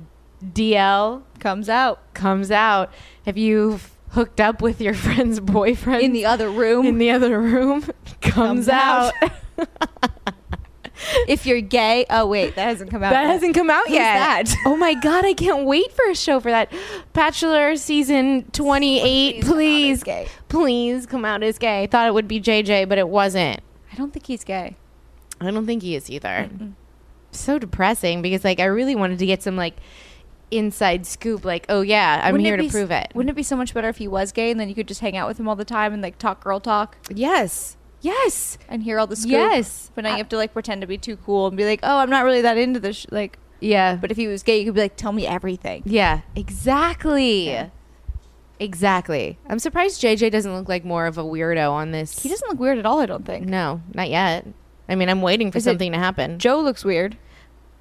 S2: DL,
S6: Comes out
S2: comes out. If you've hooked up with your <laughs> friend's boyfriend
S6: in the other room.
S2: in the other
S6: <laughs>
S2: room, comes,
S6: Comes
S2: out.
S6: out. <laughs> if you're gay, oh wait, that hasn't come out.
S2: <laughs> That
S6: yet.
S2: hasn't come out
S6: Who's
S2: yet.
S6: that?
S2: <laughs> Oh my god, I can't wait for a show for that. Bachelor season 28, please.
S6: Please come out as gay.
S2: Please come out as gay. I thought it would be JJ, but it wasn't.
S6: I don't think he's gay.
S2: I don't think he is either. So depressing because like I really wanted to get some like inside scoop like, "Oh yeah, I'm
S6: Wouldn't
S2: here
S6: be
S2: to
S6: s-
S2: prove it."
S6: Wouldn't it be so much better if he was gay and then you could just hang out with him all the time and like talk girl talk
S2: Yes. Yes.
S6: and hear all the scoop?
S2: Yes.
S6: But now you have to like pretend to be too cool and be like, oh, I'm not really that into this. Sh-. Like,
S2: Yeah.
S6: but if he was gay, you could be like, tell me everything.
S2: Yeah, exactly. Exactly. I'm surprised JJ doesn't look like more of a weirdo on this.
S6: He doesn't look weird at all. I don't think.
S2: No, not yet. I mean, I'm waiting for
S6: Is it
S2: something to happen.
S6: Joe looks weird.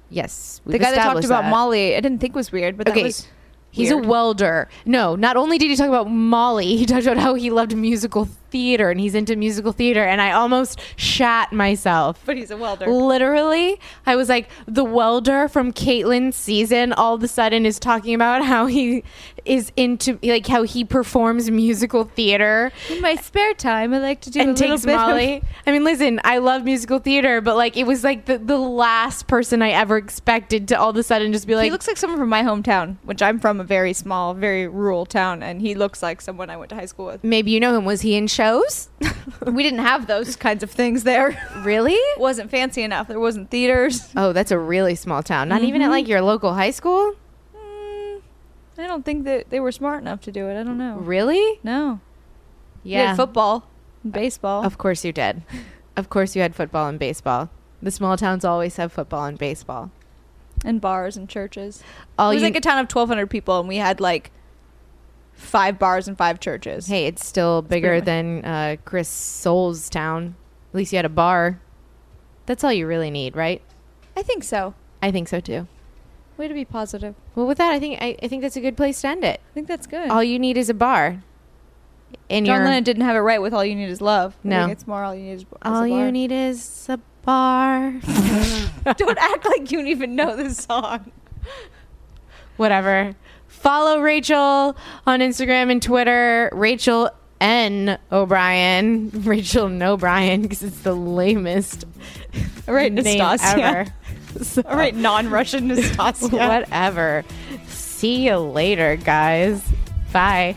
S2: yes,
S6: The guy that talked about
S2: Molly.
S6: Molly, I didn't think was weird, but
S2: Okay,
S6: that was
S2: he's <laughs>
S6: weird.
S2: a welder. No, not only did he talk about Molly, he talked about how he loved musical theater and he's into musical theater and I almost shat myself.
S6: <laughs> But he's a welder.
S2: Literally, I was like the welder from Caitlyn's season. All of a sudden, is talking about how he is into like how he performs musical theater
S6: In my spare time, I like to do a
S2: and
S6: little
S2: takes
S6: bit of-
S2: Molly. I mean, listen, I love musical theater, but like it was like the, the last person I ever expected to all of a sudden just be like,
S6: he looks like someone from my hometown, which I'm from a very small, very rural town, and he looks like someone I went to high school with.
S2: maybe you know him. Was he in shows?
S6: <laughs> We didn't have those kinds of things there. <laughs>
S2: really?
S6: wasn't fancy enough. There wasn't theaters.
S2: Oh, that's a really small town.
S6: Mm-hmm.
S2: Not even at like your local high school?
S6: Mm, I don't think that they were smart enough to do it. I don't know.
S2: Really?
S6: No. We had football, and baseball.
S2: Of course you did. Of course you had football and baseball. The small towns always have football and baseball.
S6: and bars and churches.
S2: All
S6: it was
S2: you-
S6: like a town of 1,200 people, and we had like five bars and five churches.
S2: Hey, it's still bigger
S6: pretty
S2: than uh, Chris Soul's town. At least you had a bar. That's all you really need, right?
S6: I think so.
S2: I think so too.
S6: Way to be positive.
S2: Well, with that, I think I, I think that's a good place to end it.
S6: I think that's good.
S2: All you need is a bar. And
S6: John
S2: you're-
S6: Lennon didn't have it right with "All You Need Is Love." I
S2: No.
S6: think it's more "All You Need Is." is a
S2: all
S6: bar.
S2: you need is a bar.
S6: Don't act like you don't even know this song.
S2: whatever. Follow Rachel on Instagram and Twitter. Rachel N O'Brien. <laughs> Rachel No O'Brien because it's the lamest
S6: All right,
S2: name
S6: <laughs> Nastasia.
S2: ever.
S6: All right, <laughs> non-Russian Nastasia.
S2: Whatever. See you later, guys. Bye.